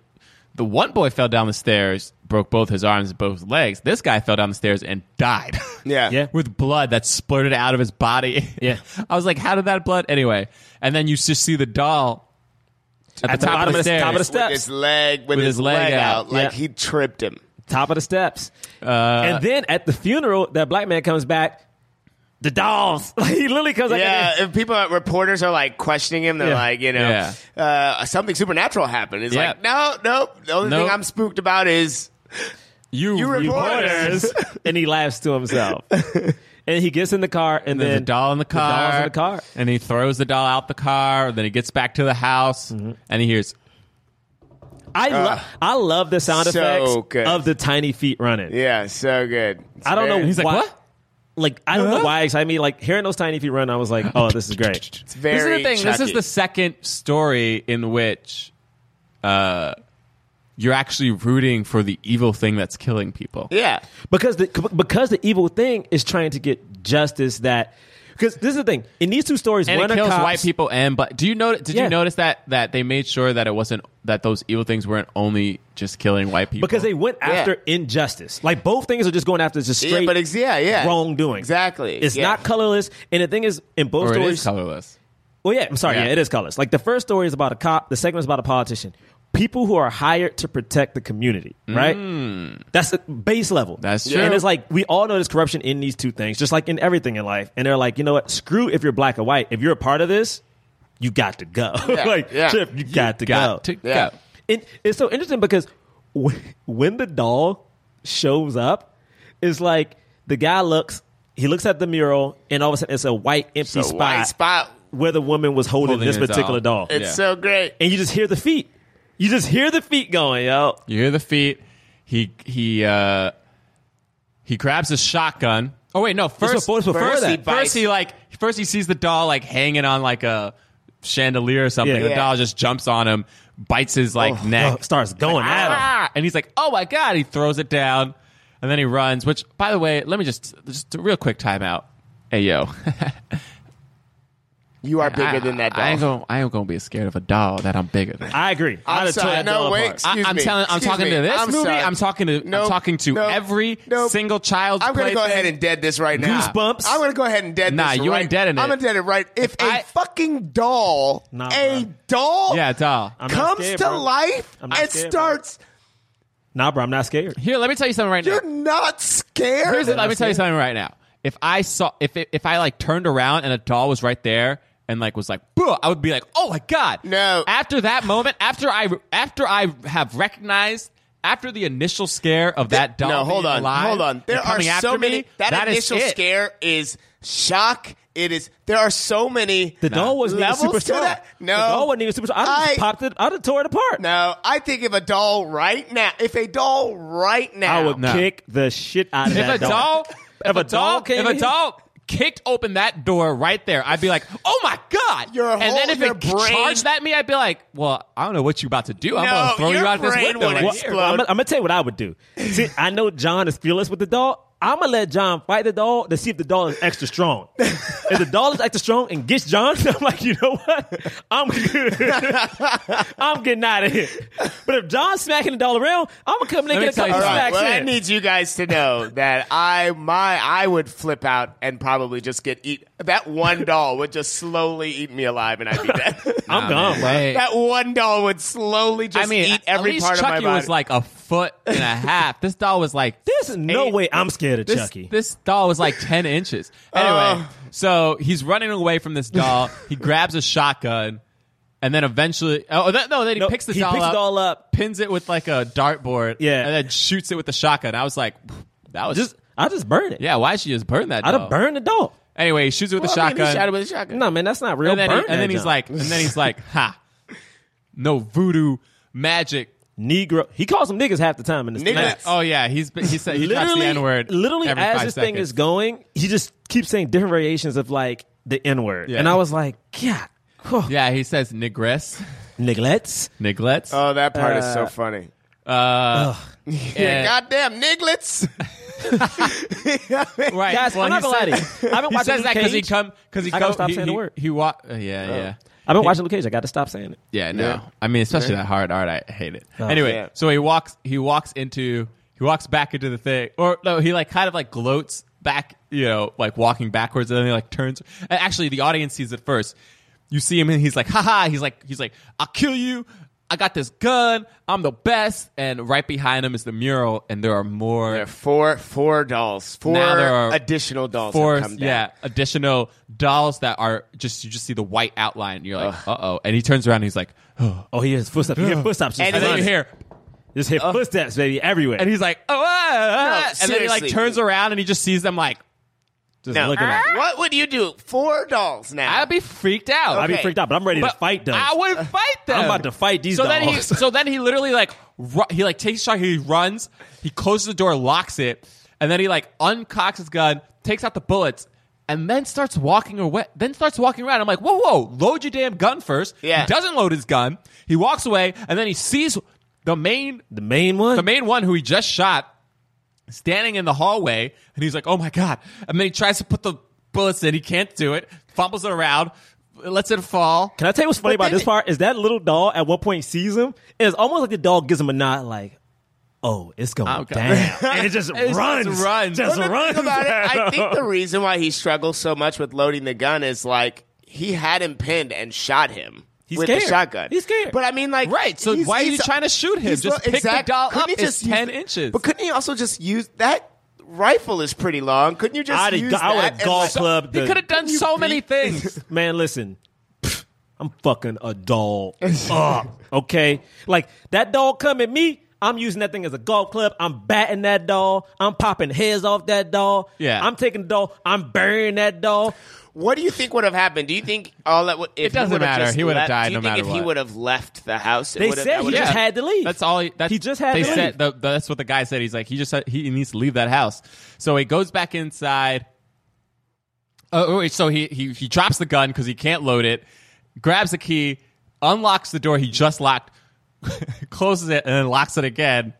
the one boy fell down the stairs, broke both his arms and both legs. This guy fell down the stairs and died. [laughs] Yeah. Yeah. With blood that splurted out of his body. Yeah. [laughs] I was like, how did that blood? Anyway. And then you just see the doll at, At the, the top, of bottom of the the- stairs. top of the with steps. his leg with, his, leg, out, Yeah. like he tripped him. top of the steps. Uh, and then at the funeral, that black man comes back. The dolls. [laughs] Like, he literally comes. yeah, Like, if people reporters are like questioning him, they're Yeah. like, you know, Yeah. uh, something supernatural happened. He's Yeah. like, no, no. The only Nope. thing I'm spooked about is you reporters. [laughs] and he laughs to [laughs] himself. and he gets in the car, and, There's then a doll in the car. doll's in the car. And he throws the doll out the car. Then he gets back to the house and he hears, I love Ah. I love the sound so effects good. of the tiny feet running. yeah, so good. It's I don't know. very- He's like, why, "What?" Like I don't know why. it excited me. like hearing those tiny feet run, I was [laughs] like, oh, this is great. It's very This is the thing. This is Chucky. the second story in which uh, you're actually rooting for the evil thing that's killing people. yeah. Because the because the evil thing is trying to get justice that Because this is the thing. In these two stories, and one it of kills cops, white people and but do you know did Yeah. you notice that that they made sure that it wasn't that those evil things weren't only just killing white people because they went after injustice. Like both things are just going after just Yeah, straight, but it's- yeah, yeah. wrongdoing. Exactly. It's yeah. not colorless, and the thing is, in both Or it stories, is colorless. Well, yeah, I'm sorry, Yeah. yeah. it is colorless. Like the first story is about a cop, the second is about a politician. People who are hired to protect the community, right? That's the base level. That's true. And it's like we all know there's corruption in these two things, just like in everything in life. And they're like, you know what? Screw if you're black or white. If you're a part of this, you got to go. Yeah, [laughs] like, yeah. Chip, you, got to got go. to Yeah. go. And it's so interesting because when, when the doll shows up, it's like the guy looks, he looks at the mural, and all of a sudden it's a white empty It's a spot, white spot. where the woman was holding, Holding this the particular doll. doll. It's so great. and you just hear the feet. You just hear the feet going, yo. You hear the feet. He he uh he grabs his shotgun. Oh wait, no. First, before- it's before first, that. He, first he like first he sees the doll like hanging on like a chandelier or something. Yeah. The Yeah. doll just jumps on him, bites his like neck, starts going at him. ah! and he's like, "Oh my god!" He throws it down, and then he runs. Which, by the way, let me just just a real quick timeout. Hey yo, You are bigger I- than that [laughs] I ain't dog. gonna I ain't gonna be scared of a doll that I'm bigger than. I agree. I'm I'd have sorry. tore that No, doll wait. apart. Excuse I, am me. telling. I'm Excuse talking me. to this I'm movie. sorry. I'm talking to. I'm Nope. talking to Nope. every Nope. single child's. I'm gonna go plaything. ahead and dead this right now. Goosebumps? I'm gonna go ahead and dead Nah, this. you right. ain't deading it. I'm gonna dead it right. If, a I- fucking doll, Nah, a bruh. doll, Yeah, doll. I'm not comes scared, to bro. life I'm and not scared, bro. starts, Nah, bro, I'm not scared. Here, let me tell you something right now. you're not scared. Here's it. Let me tell you something right now. If I saw, if it, if I like turned around and a doll was right there and like was like, "Bruh," I would be like, oh my god. No. After that moment, after I after I have recognized. After the initial scare of that doll, No, hold being on, alive hold on. and There are coming after so me, many. That, is initial it. scare is shock. It is. There are so many. The doll wasn't even levels super to strong. that. No, The doll wasn't even super strong. I'd have I- just popped it. I'd have tore it apart. No, I think if a doll right now, if a doll right now, I would No. kick the shit out of If that a doll, if a doll, came if a in- doll kicked open that door right there, I'd be like, "Oh my god!" Your and then whole- if your it brain- charged at me, I'd be like, "Well, I don't know what you about to do. I'm No, gonna throw you your out this brain window." would Right Well, here. explode. I'm, I'm gonna tell you what I would do. See, I know John is fearless with the doll. I'm gonna let John fight the doll to see if the doll is extra strong. if the doll is extra strong and gets John, [laughs] I'm like, you know what? I'm good. [laughs] I'm getting out of here. But if John's smacking the doll around, I'm gonna come in and Let me get a tell you couple something. smacks Well, I in. need you guys to know that I my I would flip out and probably just get eat. That one doll would just slowly eat me alive, and I'd be dead. [laughs] I'm gone, bro. Hey, that one doll would slowly I just mean, eat at every least part Chucky of my body. was like a foot and a half. This doll [laughs] was like There's no eight- way I'm scared of this, Chucky. This doll was like 10 inches. Anyway, Oh. so he's running away from [laughs] this doll. He grabs a shotgun. And then eventually, oh that, no! Then he No, picks the he doll picks up, the doll up. pins it with like a dartboard, Yeah. and then shoots it with the shotgun. I was like, that was just I just burn it. yeah. Why she just burn that? I'd doll? have burned the doll. Anyway, he shoots it with Well, the I mean, he shotgun, shot it with a shotgun. No, man, that's not real. and then, he- Burn and that then he's John. like, and then he's like, ha, no voodoo magic Negro. He calls them niggas half the time in this. Niggas. thing. Man, oh yeah, he's been- he said he drops the literally, N word. literally every as five this thing seconds. is going, he just keeps saying different variations of like the N word, Yeah. and I was like, God, whew. Yeah, he says nigress, Nigglets. niglets. Uh, oh, that part is uh, so funny. and- Goddamn [laughs] nigglets! [laughs] right. Guys, Well, I'm not he gonna lie to said- you. [laughs] I've been [laughs] He watching says Luke that because he Cage. come because he I gotta go- stop he- saying he, the word. Oh. He wa- uh, yeah, yeah, I've been He- watching Luke Cage. I got to stop saying it. yeah. No, I mean especially that hard art. I hate it. Oh. anyway, Yeah. so he walks. He walks into. He walks back into the thing, or no, he like kind of like gloats back, you know, like walking backwards, and then he like turns. and Actually, the audience sees it first. You see him, and he's like, haha. He's like, he's like, I'll kill you. I got this gun. I'm the best. And right behind him is the mural, and there are more. There are four four dolls, four Now there are additional dolls. four, have come down. yeah, additional dolls that are just you just see the white outline. And you're like, uh oh. And he turns around and he's like, oh. Oh, he hears footsteps. You hear footsteps. And and then you hear, Oh. just hear footsteps, baby, everywhere. and he's like, oh, ah, ah," and then he like seriously. turns around and he just sees them like, just Now, looking at. It. what would you do? Four dolls now. I'd be freaked out. I'd be freaked out, but I'm ready to But fight them. I [laughs] would fight them. I'm about to fight these so dolls. then [laughs] he, so then he literally like ru- he like takes a shot. He runs. He closes the door, locks it, and then he like uncocks his gun, takes out the bullets, and then starts walking away. Then starts walking around. I'm like, whoa, whoa, load your damn gun first. Yeah. He doesn't load his gun. He walks away, and then he sees the main the main one. the main one who he just shot standing in the hallway and he's like oh my god and then he tries to put the bullets in. He can't do it. Fumbles it around. Lets it fall. Can I tell you what's funny But about then- this part? Is that little dog at one point sees him. And it's almost like the dog gives him a nod, like, "Oh, it's going [laughs] down," and it [laughs] just runs, just Well, the runs. Thing about it, I at think him. [laughs] the reason why he struggles so much with loading the gun is like he had him pinned and shot him. He's with the scared. shotgun. He's scared. But I mean, like, Right, so why are you trying to shoot him? Just pick the doll Couldn't up. he It's just use- 10 inches. But couldn't he also just use that rifle? Is pretty long. Couldn't you just I'd have use go- I would that? have and, golf like- club the- done so [laughs] many things. [laughs] Man, listen. I'm fucking a doll up. Okay? Like that doll come at me. I'm using that thing as a golf club. I'm batting that doll. I'm popping heads off that doll. Yeah. I'm taking the doll. I'm burying that doll. What do you think would have happened? Do you think all that would? If doesn't he would've matter. just He would've left- died do you no think matter if he what. would have left the house, it They would've- said that he would've- just had to leave. That's all. He, that's, He just had They to said leave. the, that's what the guy said. He's like he just had, he needs to leave that house. So he goes back inside. Oh, wait, so he he he drops the gun because he can't load it. Grabs the key, unlocks the door he just locked, [laughs] closes it, and then locks it again.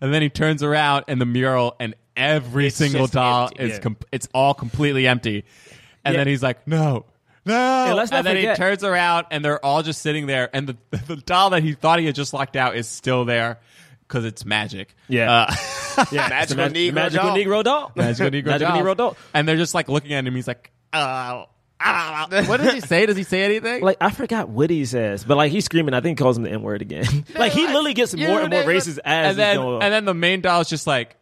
And then he turns around and the mural and every single just doll empty. is Yeah. com- it's all completely empty. And Yeah. then he's like, no. No, And let's not then forget- he turns around and they're all just sitting there, and the, [laughs] the doll that he thought he had just locked out is still there because it's magic. [laughs] Yeah. uh, Yeah, the Magical mag- the Negro magical doll. Negro doll. [laughs] magical Negro, Magical doll. Negro doll. And they're just like looking at him. He's like, oh, oh. [laughs] [laughs] what does he say? Does he say anything? Like I forgot what he says, but like he's screaming. I think he calls him the N word again. [laughs] like he literally gets more and more racist as and then he's going. and then the main doll is just like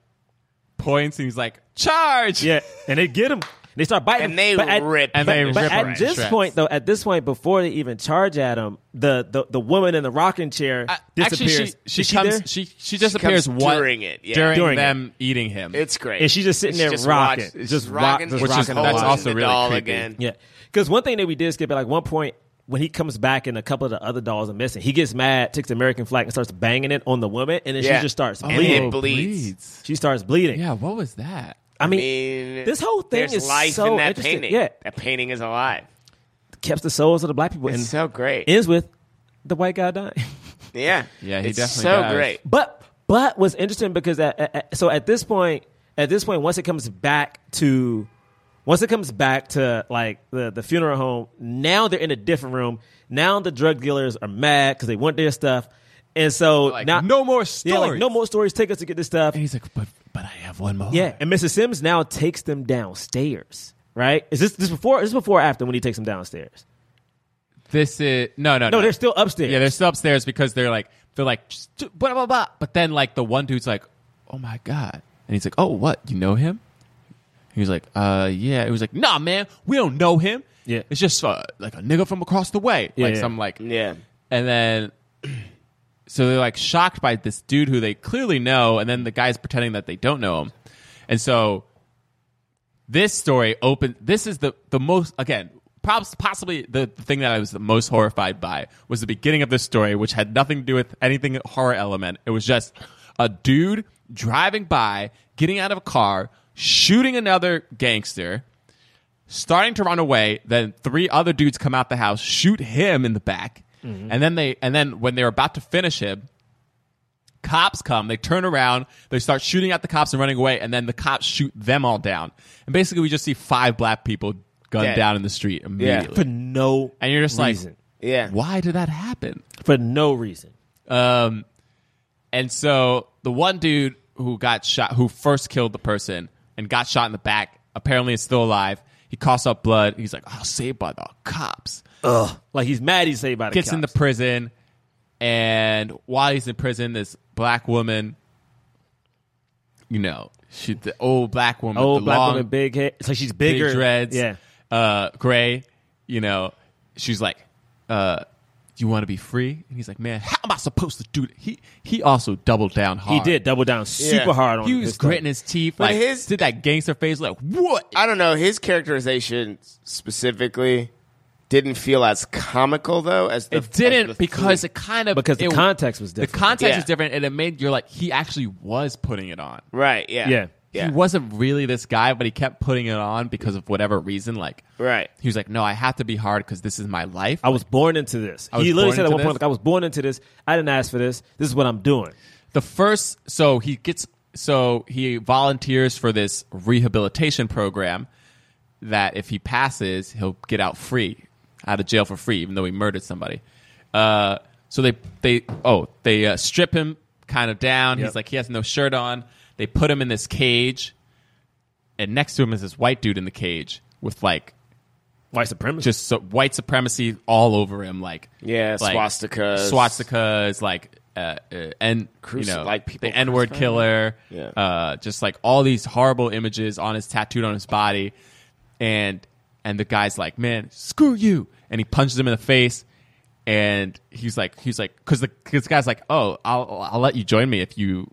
points and he's like, charge. Yeah, and they get him. They start biting, And him. they but at, rip And but, they but rip at him to this shreds. point, though, at this point, before they even charge at him, the the, the woman in the rocking chair Uh, Actually, disappears. she she, Is comes there? she she disappears comes one- during it, yeah. during, During them eating him. It's great. and she's just sitting It's there rocking, watch- it's just rock- rocking, just just rocking holding the the doll. also really doll creepy. again. yeah. Because one thing that we did skip at like one point when he comes back and a couple of the other dolls are missing, he gets mad, takes the American flag and starts banging it on the woman, and then Yeah. she just starts And bleeding. it bleeds. she starts bleeding. Yeah, what was that? I mean, mean, this whole thing there's is life so in that interesting. painting. Yeah. that painting is alive. kept the souls of the black people, It's and so great. ends with the white guy dying. yeah, Yeah, he it's definitely so does. great. But but what's interesting because at, at- at- so at this point at this point once it comes back to once it comes back to like the, the funeral home now they're in a different room now the drug dealers are mad because they want their stuff and so Like, now no more yeah like stories. no more stories take us to get this stuff And he's like, but but I have one more. yeah and Mrs Sims now takes them downstairs right is this this before is this before or after when he takes them downstairs This is no, no, no. no they're still upstairs yeah, they're still upstairs because they're like they're like "Just do- blah blah blah. But then like the one dude's like, oh my god, and he's like, oh what, you know him? He was like, uh yeah. He was like, nah, man, we don't know him. Yeah. it's just uh, like a nigga from across the way, Yeah, like yeah. some like Yeah, and then so they're like shocked by this dude who they clearly know and then the guy's pretending that they don't know him and so this story open this is the the most again props possibly the, the thing that i was the most horrified by was the beginning of this story which had nothing to do with anything horror element it was just a dude driving by getting out of a car shooting another gangster starting to run away. Then three other dudes come out the house, shoot him in the back, Mm-hmm. and then they and then when they're about to finish him, cops come. They turn around, they start shooting at the cops and running away, and then the cops shoot them all down. And basically, we just see five black people gunned Dead. down in the street immediately, for no and you're just reason yeah. like, why did that happen? for no reason Um, and so the one dude who got shot, who first killed the person and got shot in the back, apparently is still alive. He coughs up blood. He's like, "I was saved by the cops." ugh like he's mad he's saved by the Gets into cops. prison, and while he's in prison, this black woman, you know, she, the old black woman, old the black long, woman, big head. It's like she's big bigger. dreads, Yeah. uh, gray. You know, she's like, uh, "You want to be free?" And he's like, "Man, how am I supposed to do that?" He he also doubled down hard. He did double down super hard on He it was this time. gritting his teeth. But like his- did that gangster face. Like what? I don't know. His characterization specifically didn't feel as comical though as the, It didn't as the because three. it kind of Because the it- context was The different. context Yeah. was different, and it made you're like he actually was putting it on. right. Yeah, Yeah. yeah. He wasn't really this guy, but he kept putting it on because of whatever reason. Like Right. he was like, no, I have to be hard because this is my life. I was born into this. was He literally born said at into one point, this? like, I was born into this. I didn't ask for this. This is what I'm doing. the first so he gets so he volunteers for this rehabilitation program that if he passes, he'll get out free, out of jail for free, even though he murdered somebody. Uh, so they they oh they uh, strip him kind of down. Yep. He's like he has no shirt on. They put him in this cage, and next to him is this white dude in the cage with like white supremacy, just so, white supremacy all over him, like Yeah, like, swastikas. swastikas, like uh, uh, and Cruci- you know like people the N word crucifying killer, him. uh, just like all these horrible images on his tattooed on his body, and and the guy's like, man, screw you, and he punches him in the face. And he's like, he's like, because the, cause the guy's like, oh, I'll, I'll let you join me if you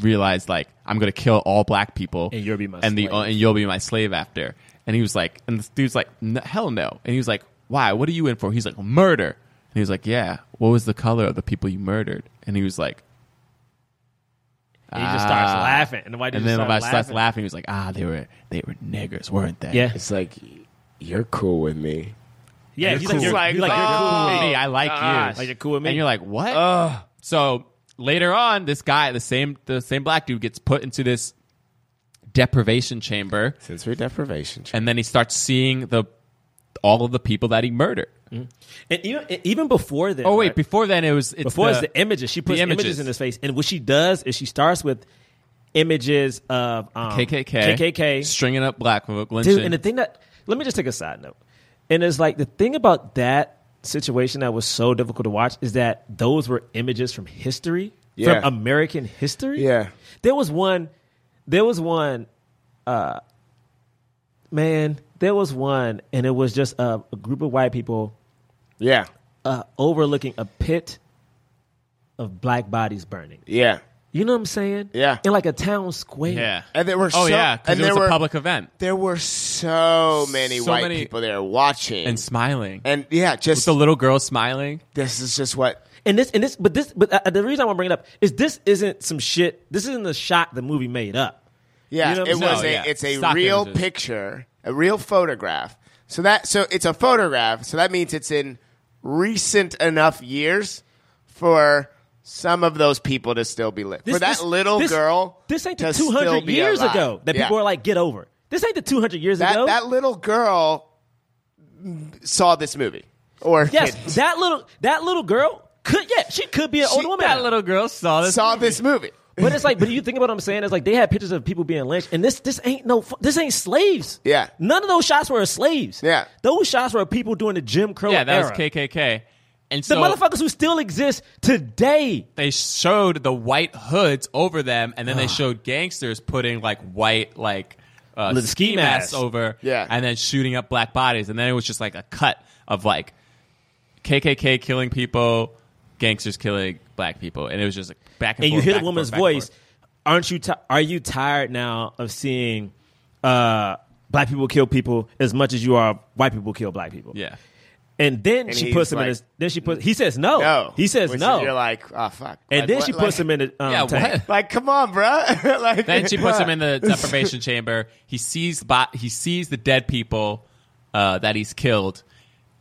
realized like I'm gonna kill all black people, And you'll be my and the slave. and you'll be my slave after. And he was like, and this dude's like, "N- hell no. And he was like, why? What are you in for? He's like, murder. And he was like, yeah. What was the color of the people you murdered? And he was like, And he just starts "Ah." laughing, and the white dude and just then started the guy starts laughing. laughing. He was like, ah, they were they were niggers, weren't they? Yeah. It's like you're cool with me. Yeah, You're he's cool. like, you're, Like, he's like, you're cool with "Oh, me. I like you. Like you're cool with me. And you're like, what? So later on, this guy, the same the same black dude, gets put into this deprivation chamber. Sensory deprivation chamber. And then he starts seeing the all of the people that he murdered. and even, and even before then. Oh wait, right? before then it was it's before the, it's the images. She the puts images. in his face, and what she does is she starts with images of um, KKK, KKK, stringing up black folk, lynching. dude. And the thing that let me just take a side note, and it's like the thing about that situation that was so difficult to watch is that those were images from history, Yeah. from American history. Yeah. there was one, there was one, uh, man, there was one, and it was just a, a group of white people, yeah, uh, overlooking a pit of black bodies burning. Yeah. You know what I'm saying? Yeah. In like a town square. yeah, And there were oh so, yeah, because and it was there were, a public event There were so many So white many- people there watching and smiling, and yeah, just the little girl smiling. This is just what And this, and this, but this, but uh, the reason I want to bring it up is this isn't some shit. This isn't a shot the movie made up. Yeah, You know what it I'm was saying? a No, yeah. it's a Stock real images. picture, a real photograph. So that so it's a photograph. So that means it's in recent enough years for some of those people to still be lit. This- for that this- little this- girl, This ain't the to still 200 be years alive. ago that Yeah. people are like, get over. it. This ain't the 200 years that ago. that little girl saw this movie or yes, kid that little, that little girl could, yeah, she could be an old woman. That little girl saw [laughs] this. saw this movie. but it's like, but you think about what I'm saying? It's like they had pictures of people being lynched, and this this ain't no fu- this ain't slaves. Yeah. none of those shots were slaves. Yeah. those shots were people doing the Jim Crow Yeah, that era. was KKK, and the so motherfuckers who still exist today. they showed the white hoods over them, and then they showed gangsters putting like white like uh, Little ski ski masks masks. over, Yeah. and then shooting up black bodies, and then it was just like a cut of like KKK killing people, gangsters killing black people, and it was just like back and, and you forth, hear back the and woman's forth, back and voice. forth. Aren't you? Ti- are you tired now of seeing uh, black people kill people as much as you are white people kill black people? Yeah, And then And she he's puts him like, in. His, then she puts. He says no. No, Oh, He says Which no. You're like, oh fuck. and Like, then what- she puts like- him in the um, yeah. tank. What? Like, come on, bro. [laughs] like, Then she puts him [laughs] in the deprivation chamber. He sees bo- he sees the dead people uh, that he's killed,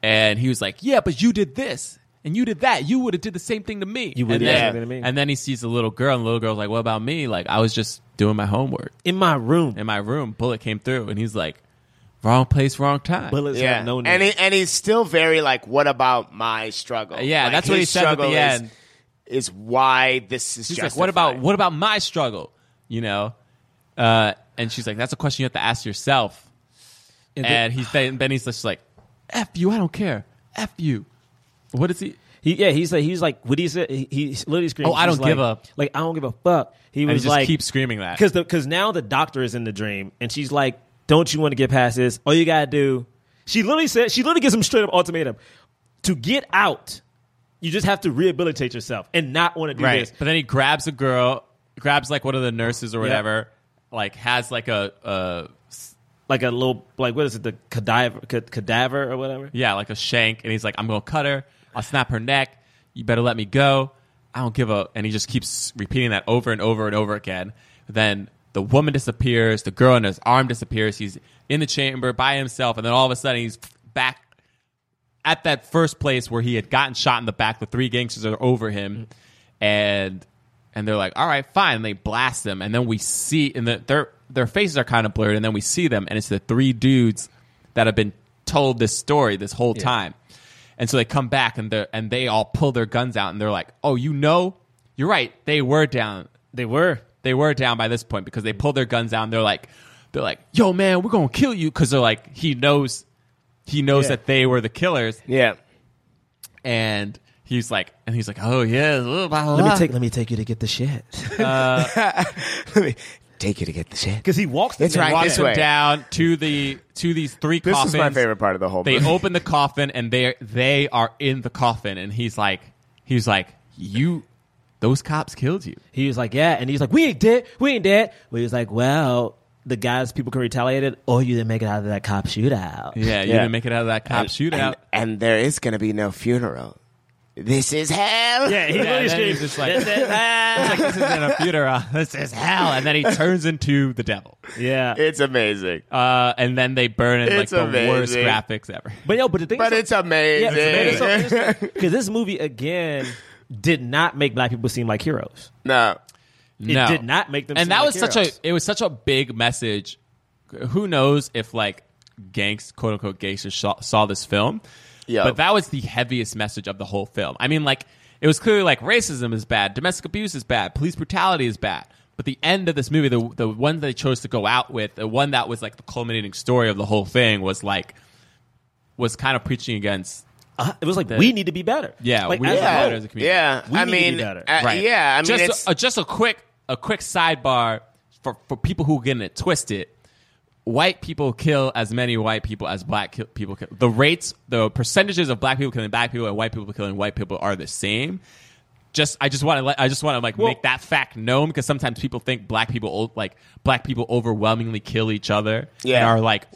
and he was like, "Yeah, but you did this." And you did that. You would have did the same thing to me. You would've and did the then- same thing to me. And then he sees the little girl, and the little girl's like, "What about me? Like, I was just doing my homework in my room. in my room. Bullet came through, and he's like, wrong place, wrong time. Bullets Yeah, have no name. and he, and he's still very like, what about my struggle? Yeah, Like, that's what he his says at the struggle is- end. Is why this is. She's just like, "What about what about my struggle?" You know, uh, and she's like, "That's a question you have to ask yourself." And And, then- he's then, then he's just like, "F you, I don't care. F you." What is he? He, yeah, he's like he's like what he said. He, he literally screams. Oh, I he's don't give like- up. Like I don't give a fuck. He And he was just like keeps screaming that. because because now the doctor is in the dream and she's like, "Don't you want to get past this? All you gotta do." She literally said she literally gives him straight up ultimatum to get out. You just have to rehabilitate yourself and not want to do this. But then he grabs a girl, grabs like one of the nurses or whatever, like has like a, a Like a little like what is it the cadaver ca- cadaver or whatever? yeah, like a shank, and he's like, "I'm gonna cut her. I'll snap her neck. You better let me go. I don't give a." And he just keeps repeating that over and over and over again. Then the woman disappears. The girl in his arm disappears. He's in the chamber by himself, and then all of a sudden he's back at that first place where he had gotten shot in the back. The three gangsters are over him, and and they're like, "All right, fine." And they blast him, and then we see in the they're their faces are kind of blurred, and then we see them, and it's the three dudes that have been told this story this whole Yeah. time. And so they come back and they and they all pull their guns out and they're like, "Oh, you know, you're right. They were down. They were. They were down by this point because they pulled their guns out and they're like, they're like, "Yo, man, we're gonna kill you," because they're like, he knows, he knows Yeah. that they were the killers. Yeah. And he's like, and he's like, "Oh yeah, blah, blah, Let blah." me take let me take you to get the shit. Uh, Take you to get the shit. Because he walks. That's and right. walks This him way. down to the to these three This coffins. is my favorite part of the whole. They movie. open the coffin and they they are in the coffin and he's like he's like you those cops killed you. He was like, yeah, and he's like, we ain't dead, we ain't dead. But he was like, well, the guys people could retaliate it, or you didn't make it out of that cop shootout. Yeah, you didn't make it out of that cop shootout. And, and there is going to be no funeral. This is hell. Yeah, [laughs] he and literally then he's screams, just like, "This is hell." He's like, this isn't a funeral. This is hell. And then he turns into the devil. Yeah, it's amazing. Uh, and then they burn in It's like the worst amazing. graphics ever. But yo, but the thing But is, it's amazing. because this movie again did not make black people seem like heroes. [laughs] No, It no. did not make them And seem that like was such heroes. a it was such a big message. Who knows if like gangs, quote unquote gangsters saw, saw this film? Yeah. But that was the heaviest message of the whole film. I mean, like it was clearly like racism is bad, domestic abuse is bad, police brutality is bad. But the end of this movie, the the one that they chose to go out with, the one that was like the culminating story of the whole thing was like was kind of preaching against. Uh, it was like we need to be better. Yeah, Like, we as need to a be whole, better as a community. yeah. We I need to be mean, better. uh, right. yeah. I mean, just it's a, uh, just a quick a quick sidebar for for people who are getting it twisted. White people kill as many white people as black kill, people kill. The rates, the percentages of black people killing black people and white people killing white people are the same. Just I just want to let I just want to like make that fact known because sometimes people think black people o- like black people overwhelmingly kill each other and Yeah. are like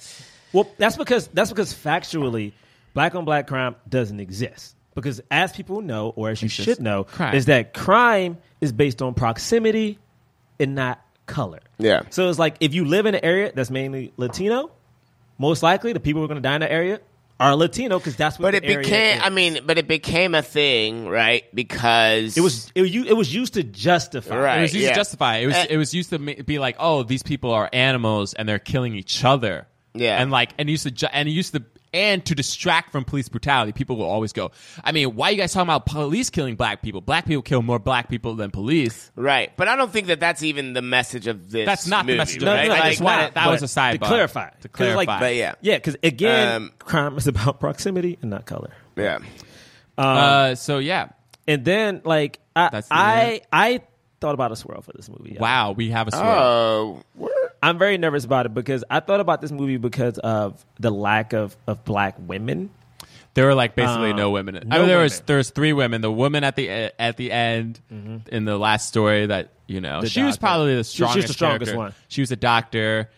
Well, that's because that's because factually, black on black crime doesn't exist. Because as people know, or as you just should know, crime. is that crime is based on proximity and not color. Yeah. So it's like if you live in an area that's mainly Latino, most likely the people who are going to die in that area are Latino because that's what. but the it area became. is. I mean, but it became a thing, right? Because It was it, you- it was used to justify. Right, it was used yeah. to justify. It was Uh, it was used to ma- be like, oh, these people are animals and they're killing each other. Yeah. and like and it used to ju- and it used to and to distract from police brutality. People will always go, I mean, why are you guys talking about police killing black people? Black people kill more black people than police. right. But I don't think that that's even the message of this. That's not the movie, message of Right? it. I Like, just wanted that but was a sidebar To clarify, to 'Cause clarify. like- But yeah. yeah, because again, Um, crime is about proximity and not color. yeah. Um, uh, so yeah, and then like I the I, I thought about a swirl for this movie. y'all. wow, we have a swirl. Oh, I'm very nervous about it because I thought about this movie because of the lack of of black women. There were like basically Uh, no women. I mean, no there was women. there was three women. The woman at the e- at the end in the last story that you know Mm-hmm. The she was doctor. probably the She was strongest. just the strongest character. one. She was a doctor,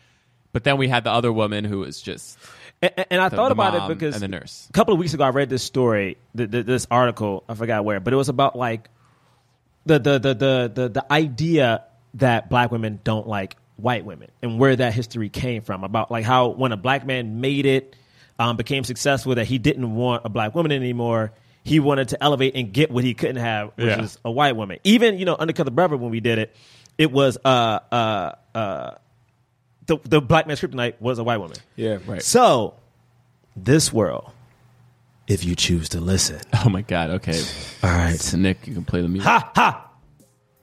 but then we had the other woman who was just And, and- and I The- thought the about mom it because and the nurse. A couple of weeks ago, I read this story, th- th- this article. I forgot where, but it was about like the the the the the, the idea that black women don't like white women and where that history came from. About like how when a black man made it, um, became successful, that he didn't want a black woman anymore. He wanted to elevate and get what he couldn't have, which Yeah. is a white woman. Even you know, undercover brother when we did it, it was uh uh uh. The, the black man's kryptonite was a white woman. yeah right. So, this world, if you choose to listen, [laughs] Oh my god. Okay. All right. So, Nick, you can play the music. ha ha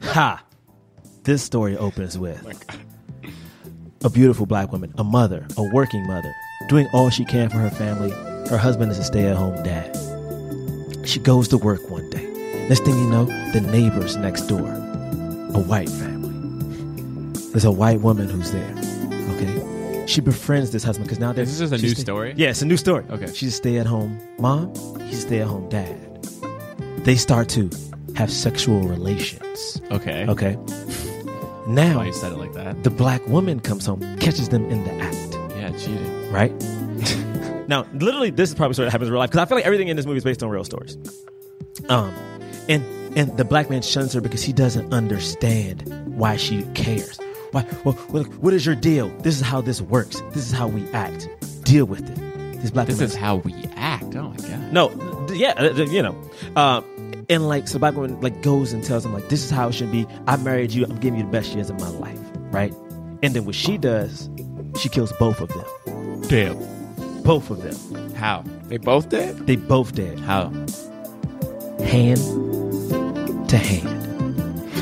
ha, this story opens with a beautiful black woman, a mother, a working mother, doing all she can for her family. Her husband is a stay at home dad. She goes to work one day. Next thing you know, the neighbors next door, a white family. There's a white woman who's there. Okay, she befriends this husband because now they're. Is this just a she's new stay- story? Yeah, it's a new story. Okay. she's a stay at home mom. He's a stay at home dad. They start to have sexual relations. Okay. Okay. Now Why you said it like that? the black woman comes home, catches them in the act, Yeah, cheating. right? [laughs] now, literally, this is probably sort of happens in real life because I feel like everything in this movie is based on real stories. Um, and and the black man shuns her because he doesn't understand why she cares. Why? Well, what, what is your deal? This is how this works. This is how we act. Deal with it. This black. This woman is how we act. Oh my god. no, th- yeah, uh, th- th- you know. Um, and like, so black woman like goes and tells him like, "This is how it should be. I married you. I'm giving you the best years of my life, right?" And then what she does, she kills both of them. Damn. Both of them. How? They both dead? They both dead. How? Hand to hand.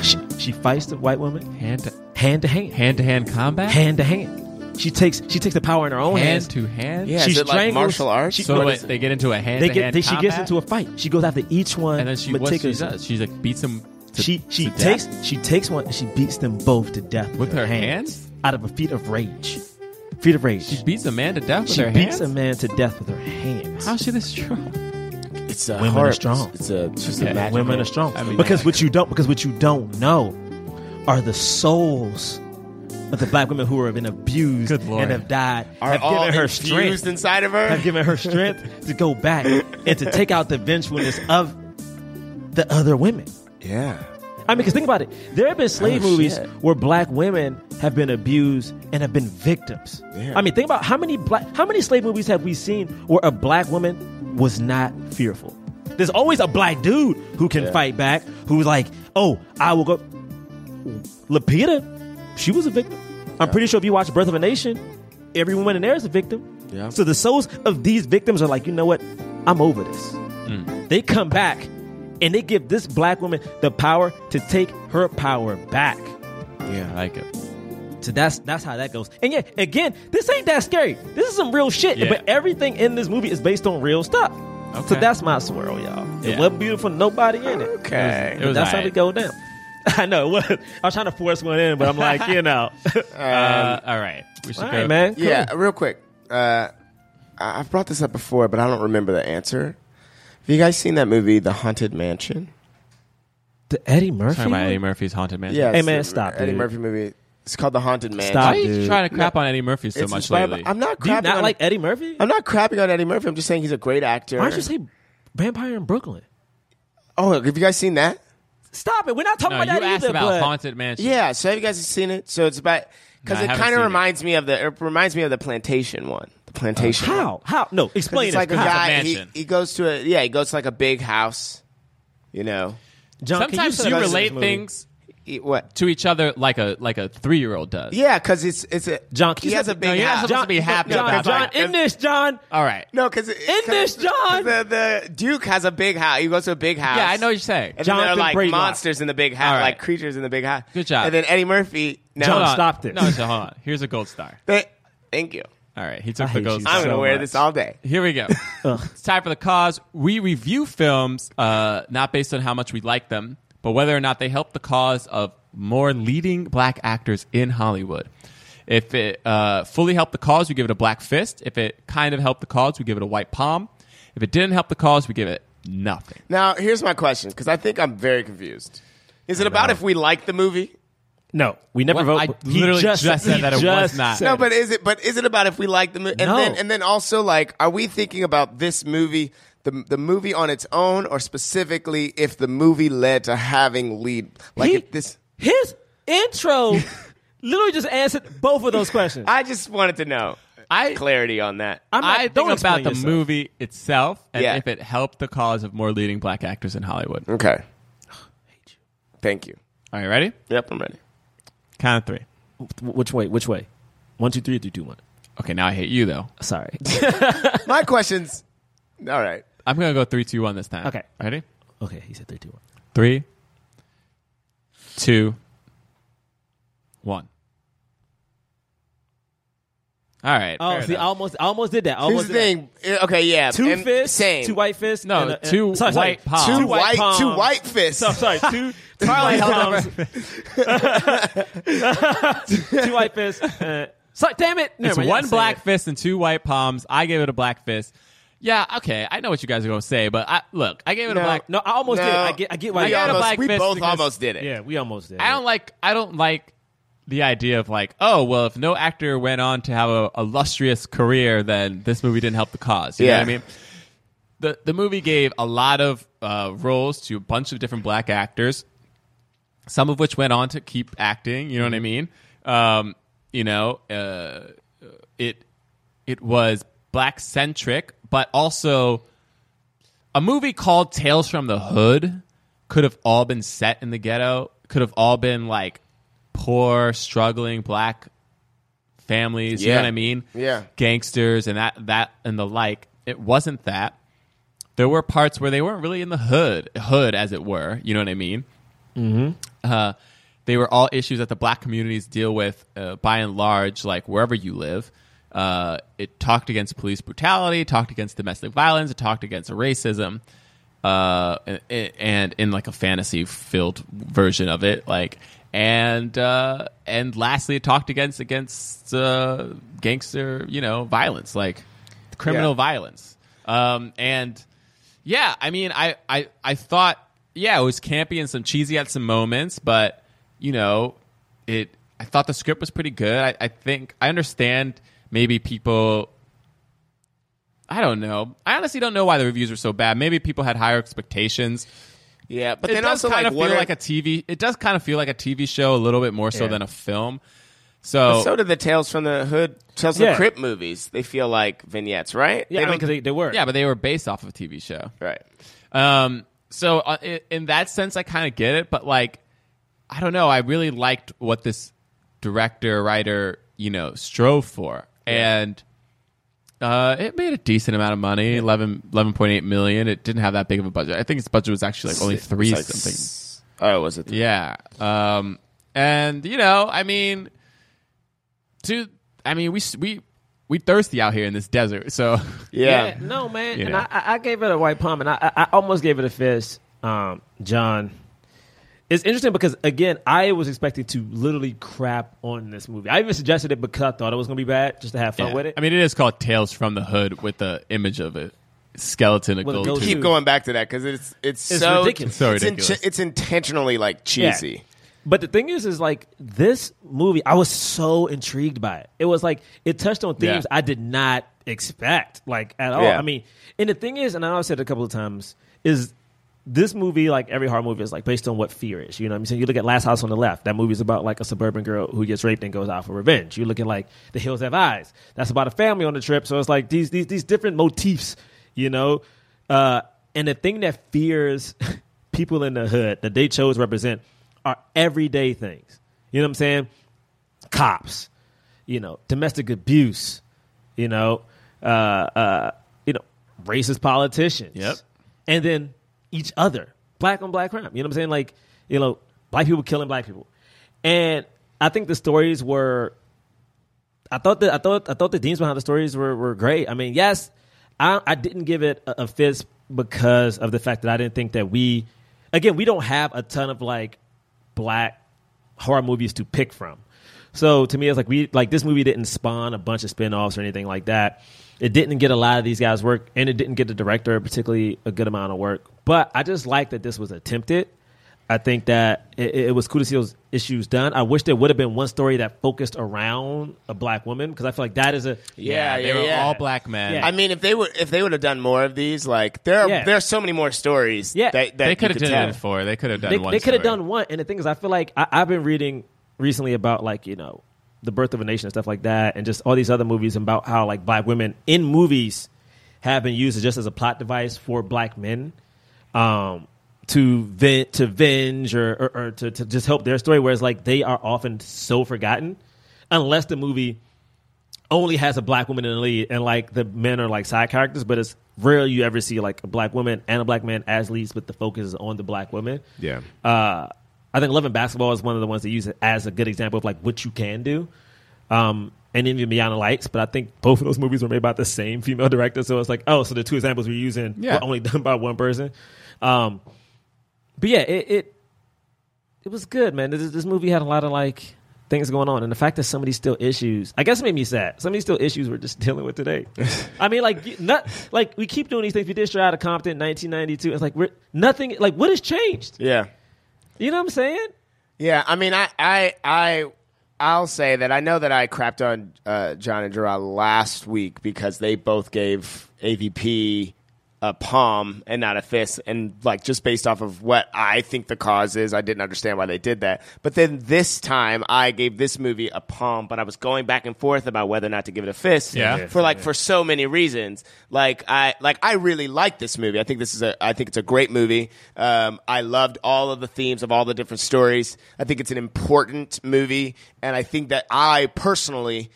She, she fights the white woman. Hand to hand to hand. Hand to hand combat? Hand to hand. She takes she takes the power in her own Hand hands. to hand? Yeah, is it like martial arts? She, So what what, is it? they get into a hand they to get hand they, she combat? gets into a fight. She goes after each one. and then she what she meticulously. does? She like beats him. To, she she to death? takes she takes one and she beats them both to death with, With her hands? out of a feat of rage. Feet of rage. She beats a man to death with She her beats hands. a man to death with her hands. How's she this strong? It's a Women are horror- strong. It's a it's just Okay. a magic. Women are strong I mean, because yeah. what you don't because what you don't know are the souls of the black women who have been abused Good Lord. and have died Are have all given her infused strength inside of her? have given her strength to go back and to take out the vengefulness of the other women. yeah. I mean, because think about it. There have been slave Oh, movies shit. where black women have been abused and have been victims. Yeah. I mean, think about how many black, how many slave movies have we seen where a black woman was not fearful? There's always a black dude who can fight back, who's like, "Oh, I will go." Lupita, she was a victim. I'm pretty sure if you watch Birth of a Nation, every woman in there is a victim. Yeah. So the souls of these victims are like, you know what? I'm over this. Mm. They come back and they give this black woman the power to take her power back. Yeah, Um, I like it. So that's that's how that goes. And yeah, again, this ain't that scary. This is some real shit. Yeah. But everything in this movie is based on real stuff. So Okay. that's my swirl, y'all. It Yeah. wasn't beautiful, nobody in it. Okay. But It was that's how aight. we go down. [laughs] I know. [laughs] It was. I was trying to force one in, but I'm like, you [laughs] know. Uh, all right, we should All go. right, man. Cool. Yeah, real quick. Uh, I- I've brought this up before, but I don't remember the answer. Have you guys seen that movie, The Haunted Mansion? The Eddie Murphy. Talking about one? Eddie Murphy's Haunted Mansion. Yeah. Hey, it's man, the stop, Eddie dude. Murphy movie. It's called The Haunted Mansion. Stop, Why are you dude. trying to crap on Eddie Murphy so It's much inspired by- lately? I'm not Do you crapping not on like Eddie Murphy? I'm not crapping on Eddie Murphy. I'm just saying he's a great actor. Why don't you say Vampire in Brooklyn? oh, have you guys seen that? Stop it. We're not talking no, you about that asked either. about but Haunted Mansion. Yeah. So have you guys seen it? So it's about No, because I it haven't kind seen of it. reminds me of the it reminds me of the plantation one. The plantation. one. Uh, how? How? No, 'Cause explain It's it. like a How? guy. He, mansion. he goes to a yeah. He goes to like a big house. You know. John, can Sometimes set you up this relate movie? things He- what? to each other like a like a three year old does. Yeah, because it's it's a John, can He you has set a the- big No, you're not house. supposed to be happy John, about John, that. in this, John. All right. No, because in this, John. the, the Duke has a big house. He goes to a big house. Yeah, I know what you're saying. And then there are Jonathan like Braylock. monsters in the big house, All right. like creatures in the big house. Good job. And then Eddie Murphy. No, John, Hold on. stop this. No, so hold on. Here's a gold star. Th- thank you. All right, he took I the hate you gold star. I'm gonna So wear much. this all day. Here we go. [laughs] it's time for the cause. We review films uh, not based on how much we like them, but whether or not they help the cause of more leading black actors in Hollywood. If it uh, fully helped the cause, we give it a black fist. If it kind of helped the cause, we give it a white palm. If it didn't help the cause, we give it nothing. Now, here's my question, because I think I'm very confused. Is it about if we like the movie? No, we never What? vote. I He literally just said he that it was just not. said No, it. but is it? But is it about if we like the movie? And No. then, and then also, like, are we thinking about this movie, the the movie on its own, or specifically if the movie led to having lead? Like, He- if this, his intro [laughs] literally just answered both of those questions. I just wanted to know I clarity on that. I'm not- I don't think about explain the yourself. movie itself and Yeah. if it helped the cause of more leading black actors in Hollywood. Mm. All Okay. Thank you. right, ready? Yep, I'm ready. Count of three. Which way? Which way? One, two, three, three, two, one. Okay, now I hate you though. Sorry. My questions. All right. I'm gonna go three, two, one this time. Okay. ready? okay, he said three, two, one. Three, two, one. All right. Oh, fair see, I enough. almost, I almost did that. I Here's almost the did thing. Eh, Okay, yeah. that. Two and fists, Same. two white fists. No, and a- and- two sorry, sorry, white palms. Two Two white, palms. two white fists. So, sorry, [laughs] two. Charlie held Palms. [laughs] two white fists. Uh, sorry, damn it! Never It's mind, you one didn't say black it. fist and two white palms. I gave it a black fist. Yeah, okay. I know what you guys are gonna say, but I look, I gave it a black. No, I almost No. did. I get, I get why we you got a almost- black we fist both because- almost did it. Yeah, we almost did. I don't like. I don't like the idea of like, oh well, if no actor went on to have a illustrious career, then this movie didn't help the cause. You know Yeah. what I mean? The the movie gave a lot of uh, roles to a bunch of different black actors, some of which went on to keep acting. You know what I mean? Um, you know, uh, it it was black centric, but also a movie called Tales from the Hood could have all been set in the ghetto, could have all been like poor, struggling black families. You Yeah. know what I mean? Yeah. Gangsters and that that and the like. It wasn't that. There were parts where they weren't really in the hood, hood as it were. You know what I mean? Mm-hmm. Uh, they were all issues that the black communities deal with uh, by and large, like wherever you live. Uh, it talked against police brutality, talked against domestic violence, it talked against racism, uh, and, and in like a fantasy filled version of it, like and uh, and lastly, it talked against against uh, gangster, you know, violence, like criminal Yeah. violence, um, and yeah, I mean, I, I, I thought, yeah, it was campy and some cheesy at some moments, but you know, it. I thought the script was pretty good. I, I think I understand maybe people. I don't know. I honestly don't know why the reviews were so bad. Maybe people had higher expectations. Yeah, but it then does also, kind like, of what feel are- like a TV. It does kind of feel like a TV show a little bit more so Yeah. than a film. But So so did the Tales from the Hood, Tales from Yeah. the Crypt movies. They feel like vignettes, right? Yeah, I mean, 'cause they, were. Yeah, but they were based off of a TV show. Right. Um, so uh, i- in that sense, I kind of get it, but like, I don't know. I really liked what this director, writer, you know, strove for, and uh, it made a decent amount of money 11, 11.8 million. It didn't have that big of a budget. I think its budget was actually like only It's three like something. s- Oh, was it? Yeah. Um, and you know, I mean, dude, I mean, we s- we we thirsty out here in this desert, so [laughs] no, man. You and know. I, I I gave it a white palm, and I, I I almost gave it a fist. Um, John, it's interesting because again, I was expecting to literally crap on this movie. I even suggested it because I thought it was gonna be bad, just to have fun Yeah. with it. I mean, it is called Tales from the Hood with the image of a skeleton. of With a gold gold tooth. Keep going back to that because it's, it's It's so ridiculous. So it's in- ridiculous. it's intentionally like cheesy. Yeah. But the thing is, is like this movie, I was so intrigued by it. It was like it touched on themes Yeah. I did not expect, like at all. Yeah. I mean, and the thing is, and I know I've said it a couple of times, is this movie, like every horror movie, is like based on what fear is. You know what I'm saying? You look at Last House on the Left, that movie is about like a suburban girl who gets raped and goes out for revenge. You look at like The Hills Have Eyes, that's about a family on the trip. So it's like these these these different motifs, you know? Uh, and the thing that fears [laughs] people in the hood that they chose represent are everyday things. You know what I'm saying? Cops, you know, domestic abuse, you know, uh, uh, you know, racist politicians. Yep. And then each other, black on black crime. You know what I'm saying? Like, you know, black people killing black people. And I think the stories were I thought that I thought I thought the themes behind the stories were, were great. I mean, yes, I I didn't give it a, a fist because of the fact that I didn't think that we again we don't have a ton of like black horror movies to pick from. So to me, it's like we like this movie didn't spawn a bunch of spin-offs or anything like that. It didn't get a lot of these guys' work, and it didn't get the director particularly a good amount of work. But I just like that this was attempted. I think that it, it was cool to see those issues done. I wish there would have been one story that focused around a black woman because I feel like that is a Yeah, yeah, yeah. Yeah. I mean, if they would if they would have done more of these, like there are Yeah. there are so many more stories. Yeah. that, that They you could have could done tell. it for- they could have they, they could have done one. And the thing is, I feel like I, I've been reading recently about like you know the birth of a nation and stuff like that, and just all these other movies about how like black women in movies have been used just as a plot device for black men um, to ven- to venge or, or, or to, to just help their story. Whereas like they are often so forgotten unless the movie only has a black woman in the lead and like the men are like side characters but it's rare you ever see like a black woman and a black man as leads but the focus is on the black woman Yeah. uh, I think Love and Basketball is one of the ones that use it as a good example of like what you can do. Um, and even Beyond the Lights, but I think both of those movies were made by the same female director, so it's like, oh, so the two examples we're using Yeah. were only [laughs] done by one person. Um, but yeah, it, it it was good, man. This, this movie had a lot of like things going on, and the fact that some of these still issues, I guess, it made me sad. Some of these still issues we're just [laughs] dealing with today. I mean, like you- not like we keep doing these things. We did Straight Outta Compton, 1992. It's like we're nothing. Like what has changed? Yeah. You know what I'm saying? Yeah, I mean, I, I, I, I'll say that I know that I crapped on uh, John and Gerard last week because they both gave AVP a palm and not a fist, and like just based off of what I think the cause is, I didn't understand why they did that. But then this time, I gave this movie a palm, but I was going back and forth about whether or not to give it a fist. Yeah. for like for so many reasons. Like I, like I really like this movie. I think this is a, I think it's a great movie. Um, I loved all of the themes of all the different stories. I think it's an important movie, and I think that I personally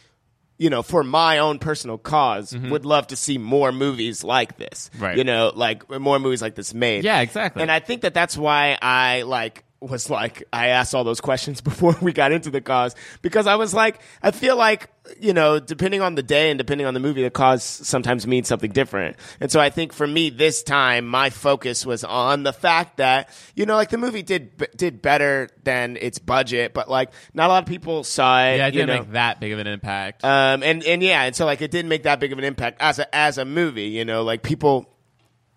you know, for my own personal because would love to see more movies like this. Mm-hmm. Right. You know, like more movies like this made. Yeah, exactly. And I think that that's why I like was like I asked all those questions [laughs] before we got into the cause because I was like I feel like you know depending on the day and depending on the movie the cause sometimes means something different and so I think for me this time my focus was on the fact that you know like the movie did did better than its budget but like not a lot of people saw it Yeah, it you didn't know. make that big of an impact. Um, and and yeah, and so like it didn't make that big of an impact as a as a movie. You know, like people.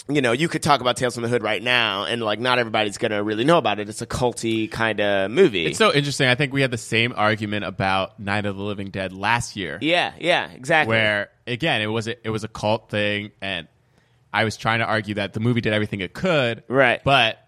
You know, you could talk about Tales from the Hood right now, and like not everybody's gonna really know about it. It's a culty kind of movie. It's so interesting. I think we had the same argument about Night of the Living Dead last year. yeah, yeah, exactly. Where again, it was a, it was a cult thing, and I was trying to argue that the movie did everything it could, Right. But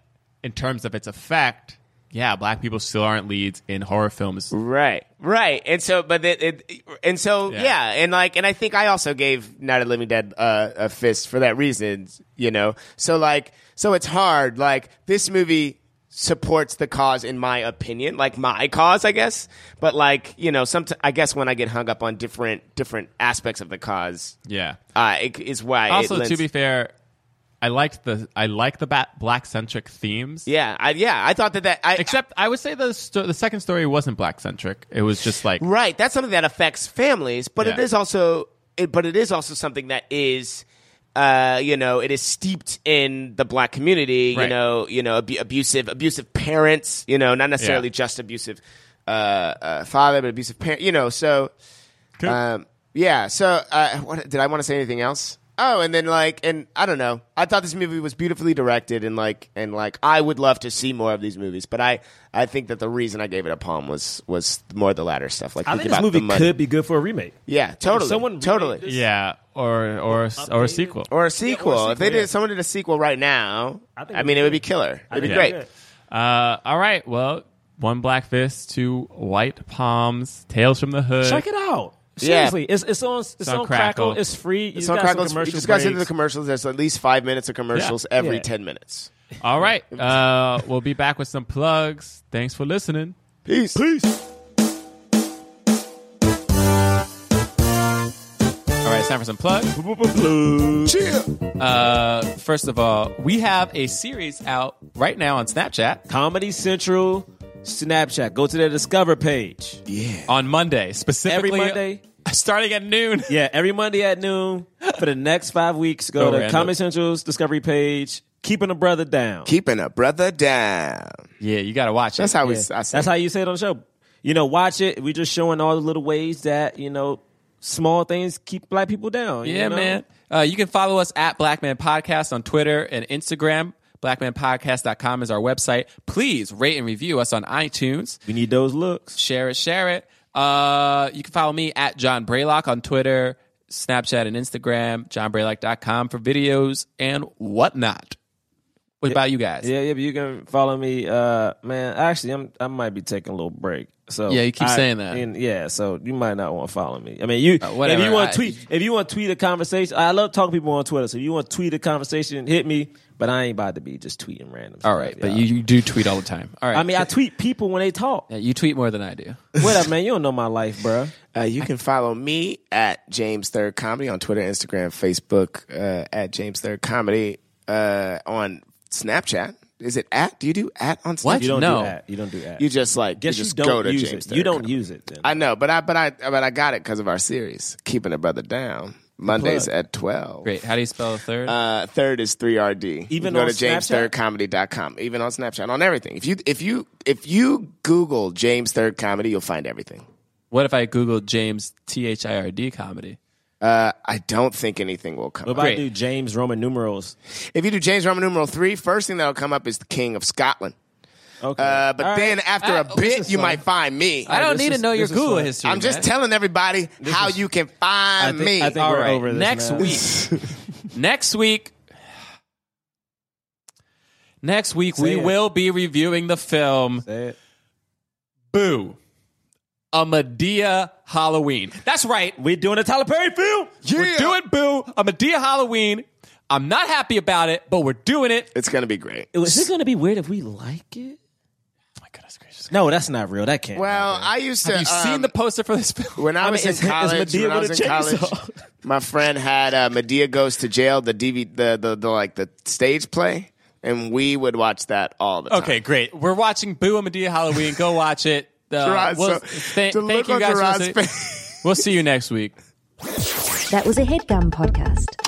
in terms of its effect, yeah, black people still aren't leads in horror films. Right, right, and so, but it, it and so, yeah. Yeah. and like, and I think I also gave Night of the Living Dead uh, a fist for that reason, you know. So like, so it's hard. Like this movie supports the cause in my opinion, like my cause, I guess. But like, you know, some I guess when I get hung up on different different aspects of the cause, Yeah. uh, it, is why. it also, lends- to be fair, I liked the I like the ba- black centric themes. yeah, I, yeah, I thought that that I, Except I would say the sto- the second story wasn't black centric. It was just like Right. That's something that affects families, but it Yeah. is also, it, but it is also something that is, uh, you know, it is steeped in the black community. You Right. know, you know, abu- abusive, abusive parents. You know, not necessarily Yeah. just abusive uh, uh, father, but abusive parent. You know, so, Cool. um, yeah. So, uh, what, did I want to say anything else? Oh, and then like, and I don't know. I thought this movie was beautifully directed, and like, and like, I would love to see more of these movies. But I, I think that the reason I gave it a palm was was more the latter stuff. Like, I think think this about the movie money. could be good for a remake. Yeah, totally. someone remade totally. this- yeah, or or or a sequel. Or a sequel. if they sequel, did, yeah. someone did a sequel right now. I, I think it mean, would it be would be good. killer. It'd be think great. it'd be good. Uh, all right. Well, one black fist, two white palms, tales from the hood. Check it out. Yeah. Seriously, it's it's on it's, on on, Crackle. Crackle. It's free. You It's got on some Crackle's. We commercial just got into the breaks. commercials. There's at least five minutes of commercials every Yeah. ten minutes. All right. Uh, we'll be back with some plugs. Thanks for listening. Peace. Peace. All right, it's time for some plugs. Cheer. Uh, first of all, we have a series out right now on Snapchat Comedy Central, Snapchat. Go to their Discover page. on Monday, Every specifically Monday. [laughs] starting at noon. Yeah, every Monday at noon for the next five weeks. Go Go to random. Comedy Central's Discovery page. Keeping a brother down. Keeping a brother down. [laughs] Yeah, you gotta watch it. That's how we. Yeah. I That's said. how you say it on the show. You know, watch it. We're just showing all the little ways that you know small things keep black people down. you Yeah, know? man. Uh, you can follow us at Black Man Podcast on Twitter and Instagram. BlackmanPodcast.com is our website. Please rate and review us on iTunes. We need those looks. Share it, share it. Uh, you can follow me at John Braylock on Twitter, Snapchat, and Instagram. JohnBraylock.com for videos and whatnot. What about you guys? Yeah, yeah. But you can follow me, uh, man. Actually, I'm I might be taking a little break. So Yeah, you keep I- saying that. Uh, and yeah, so you might not want to follow me. I mean, you whatever, if you want I- to tweet if you want to tweet a conversation. I love talking to people on Twitter. So if you want to tweet a conversation, hit me. But I ain't about to be just tweeting random. All stuff, right, but y'all. you, you do tweet all the time. All right. I mean, I tweet people when they talk. [laughs] Yeah, you tweet more than I do. What up, man? You don't know my life, bruh. Uh, you can follow me at James Third Comedy on Twitter, Instagram, Facebook uh, at James Third Comedy uh, on Snapchat. Is it at? Do you do at on Snapchat? What? You don't No. do that. You don't do that. You just like Guess you just don't go to use James it. You Third don't Comedy. use it. Then. I know, but I but I but I got it because of our series, keeping a brother down. Mondays plug. at twelve. Great. How do you spell the third? Uh, third is three RD. Even go on to jamesthirdcomedy.com. Even on Snapchat, on everything. If you if you if you Google James Third Comedy, you'll find everything. what if I Googled James T H I R D comedy? Uh, I don't think anything will come. What up. about Great. do James Roman numerals? If you do James Roman numeral three, first thing that'll come up is the King of Scotland. Okay. Uh, but All right. then after a bit, you might find me. I don't this need to is- know your this is Google fun. history. I'm just man. telling everybody how you can find I think, me. I think All we're right. over this Next now. week. [laughs] next week. [sighs] Next week we it. will be reviewing the film Say it. Boo. A Medea Halloween. That's right. We're doing a Tyler Perry film. We're Yeah. doing Boo, a Medea Halloween. I'm not happy about it, but we're doing it. It's gonna be great. Is it going to be weird if we like it? No, that's not real. That can't. Well, I used to. Have you seen the poster for this film? When I I was mean, in is- is college, Madea when I with was a in college, chainsaw? my friend had uh, Medea Goes to Jail, the DVD, the, the, the like the stage play, and we would watch that all the time. [laughs] Okay, great. We're watching Boo and Medea Halloween. Go [laughs] watch it. Uh, Gerard, we'll- so- thank- the look thank you on [laughs] guys. for Gerard's listening. We'll see you next week. That was a headgum podcast.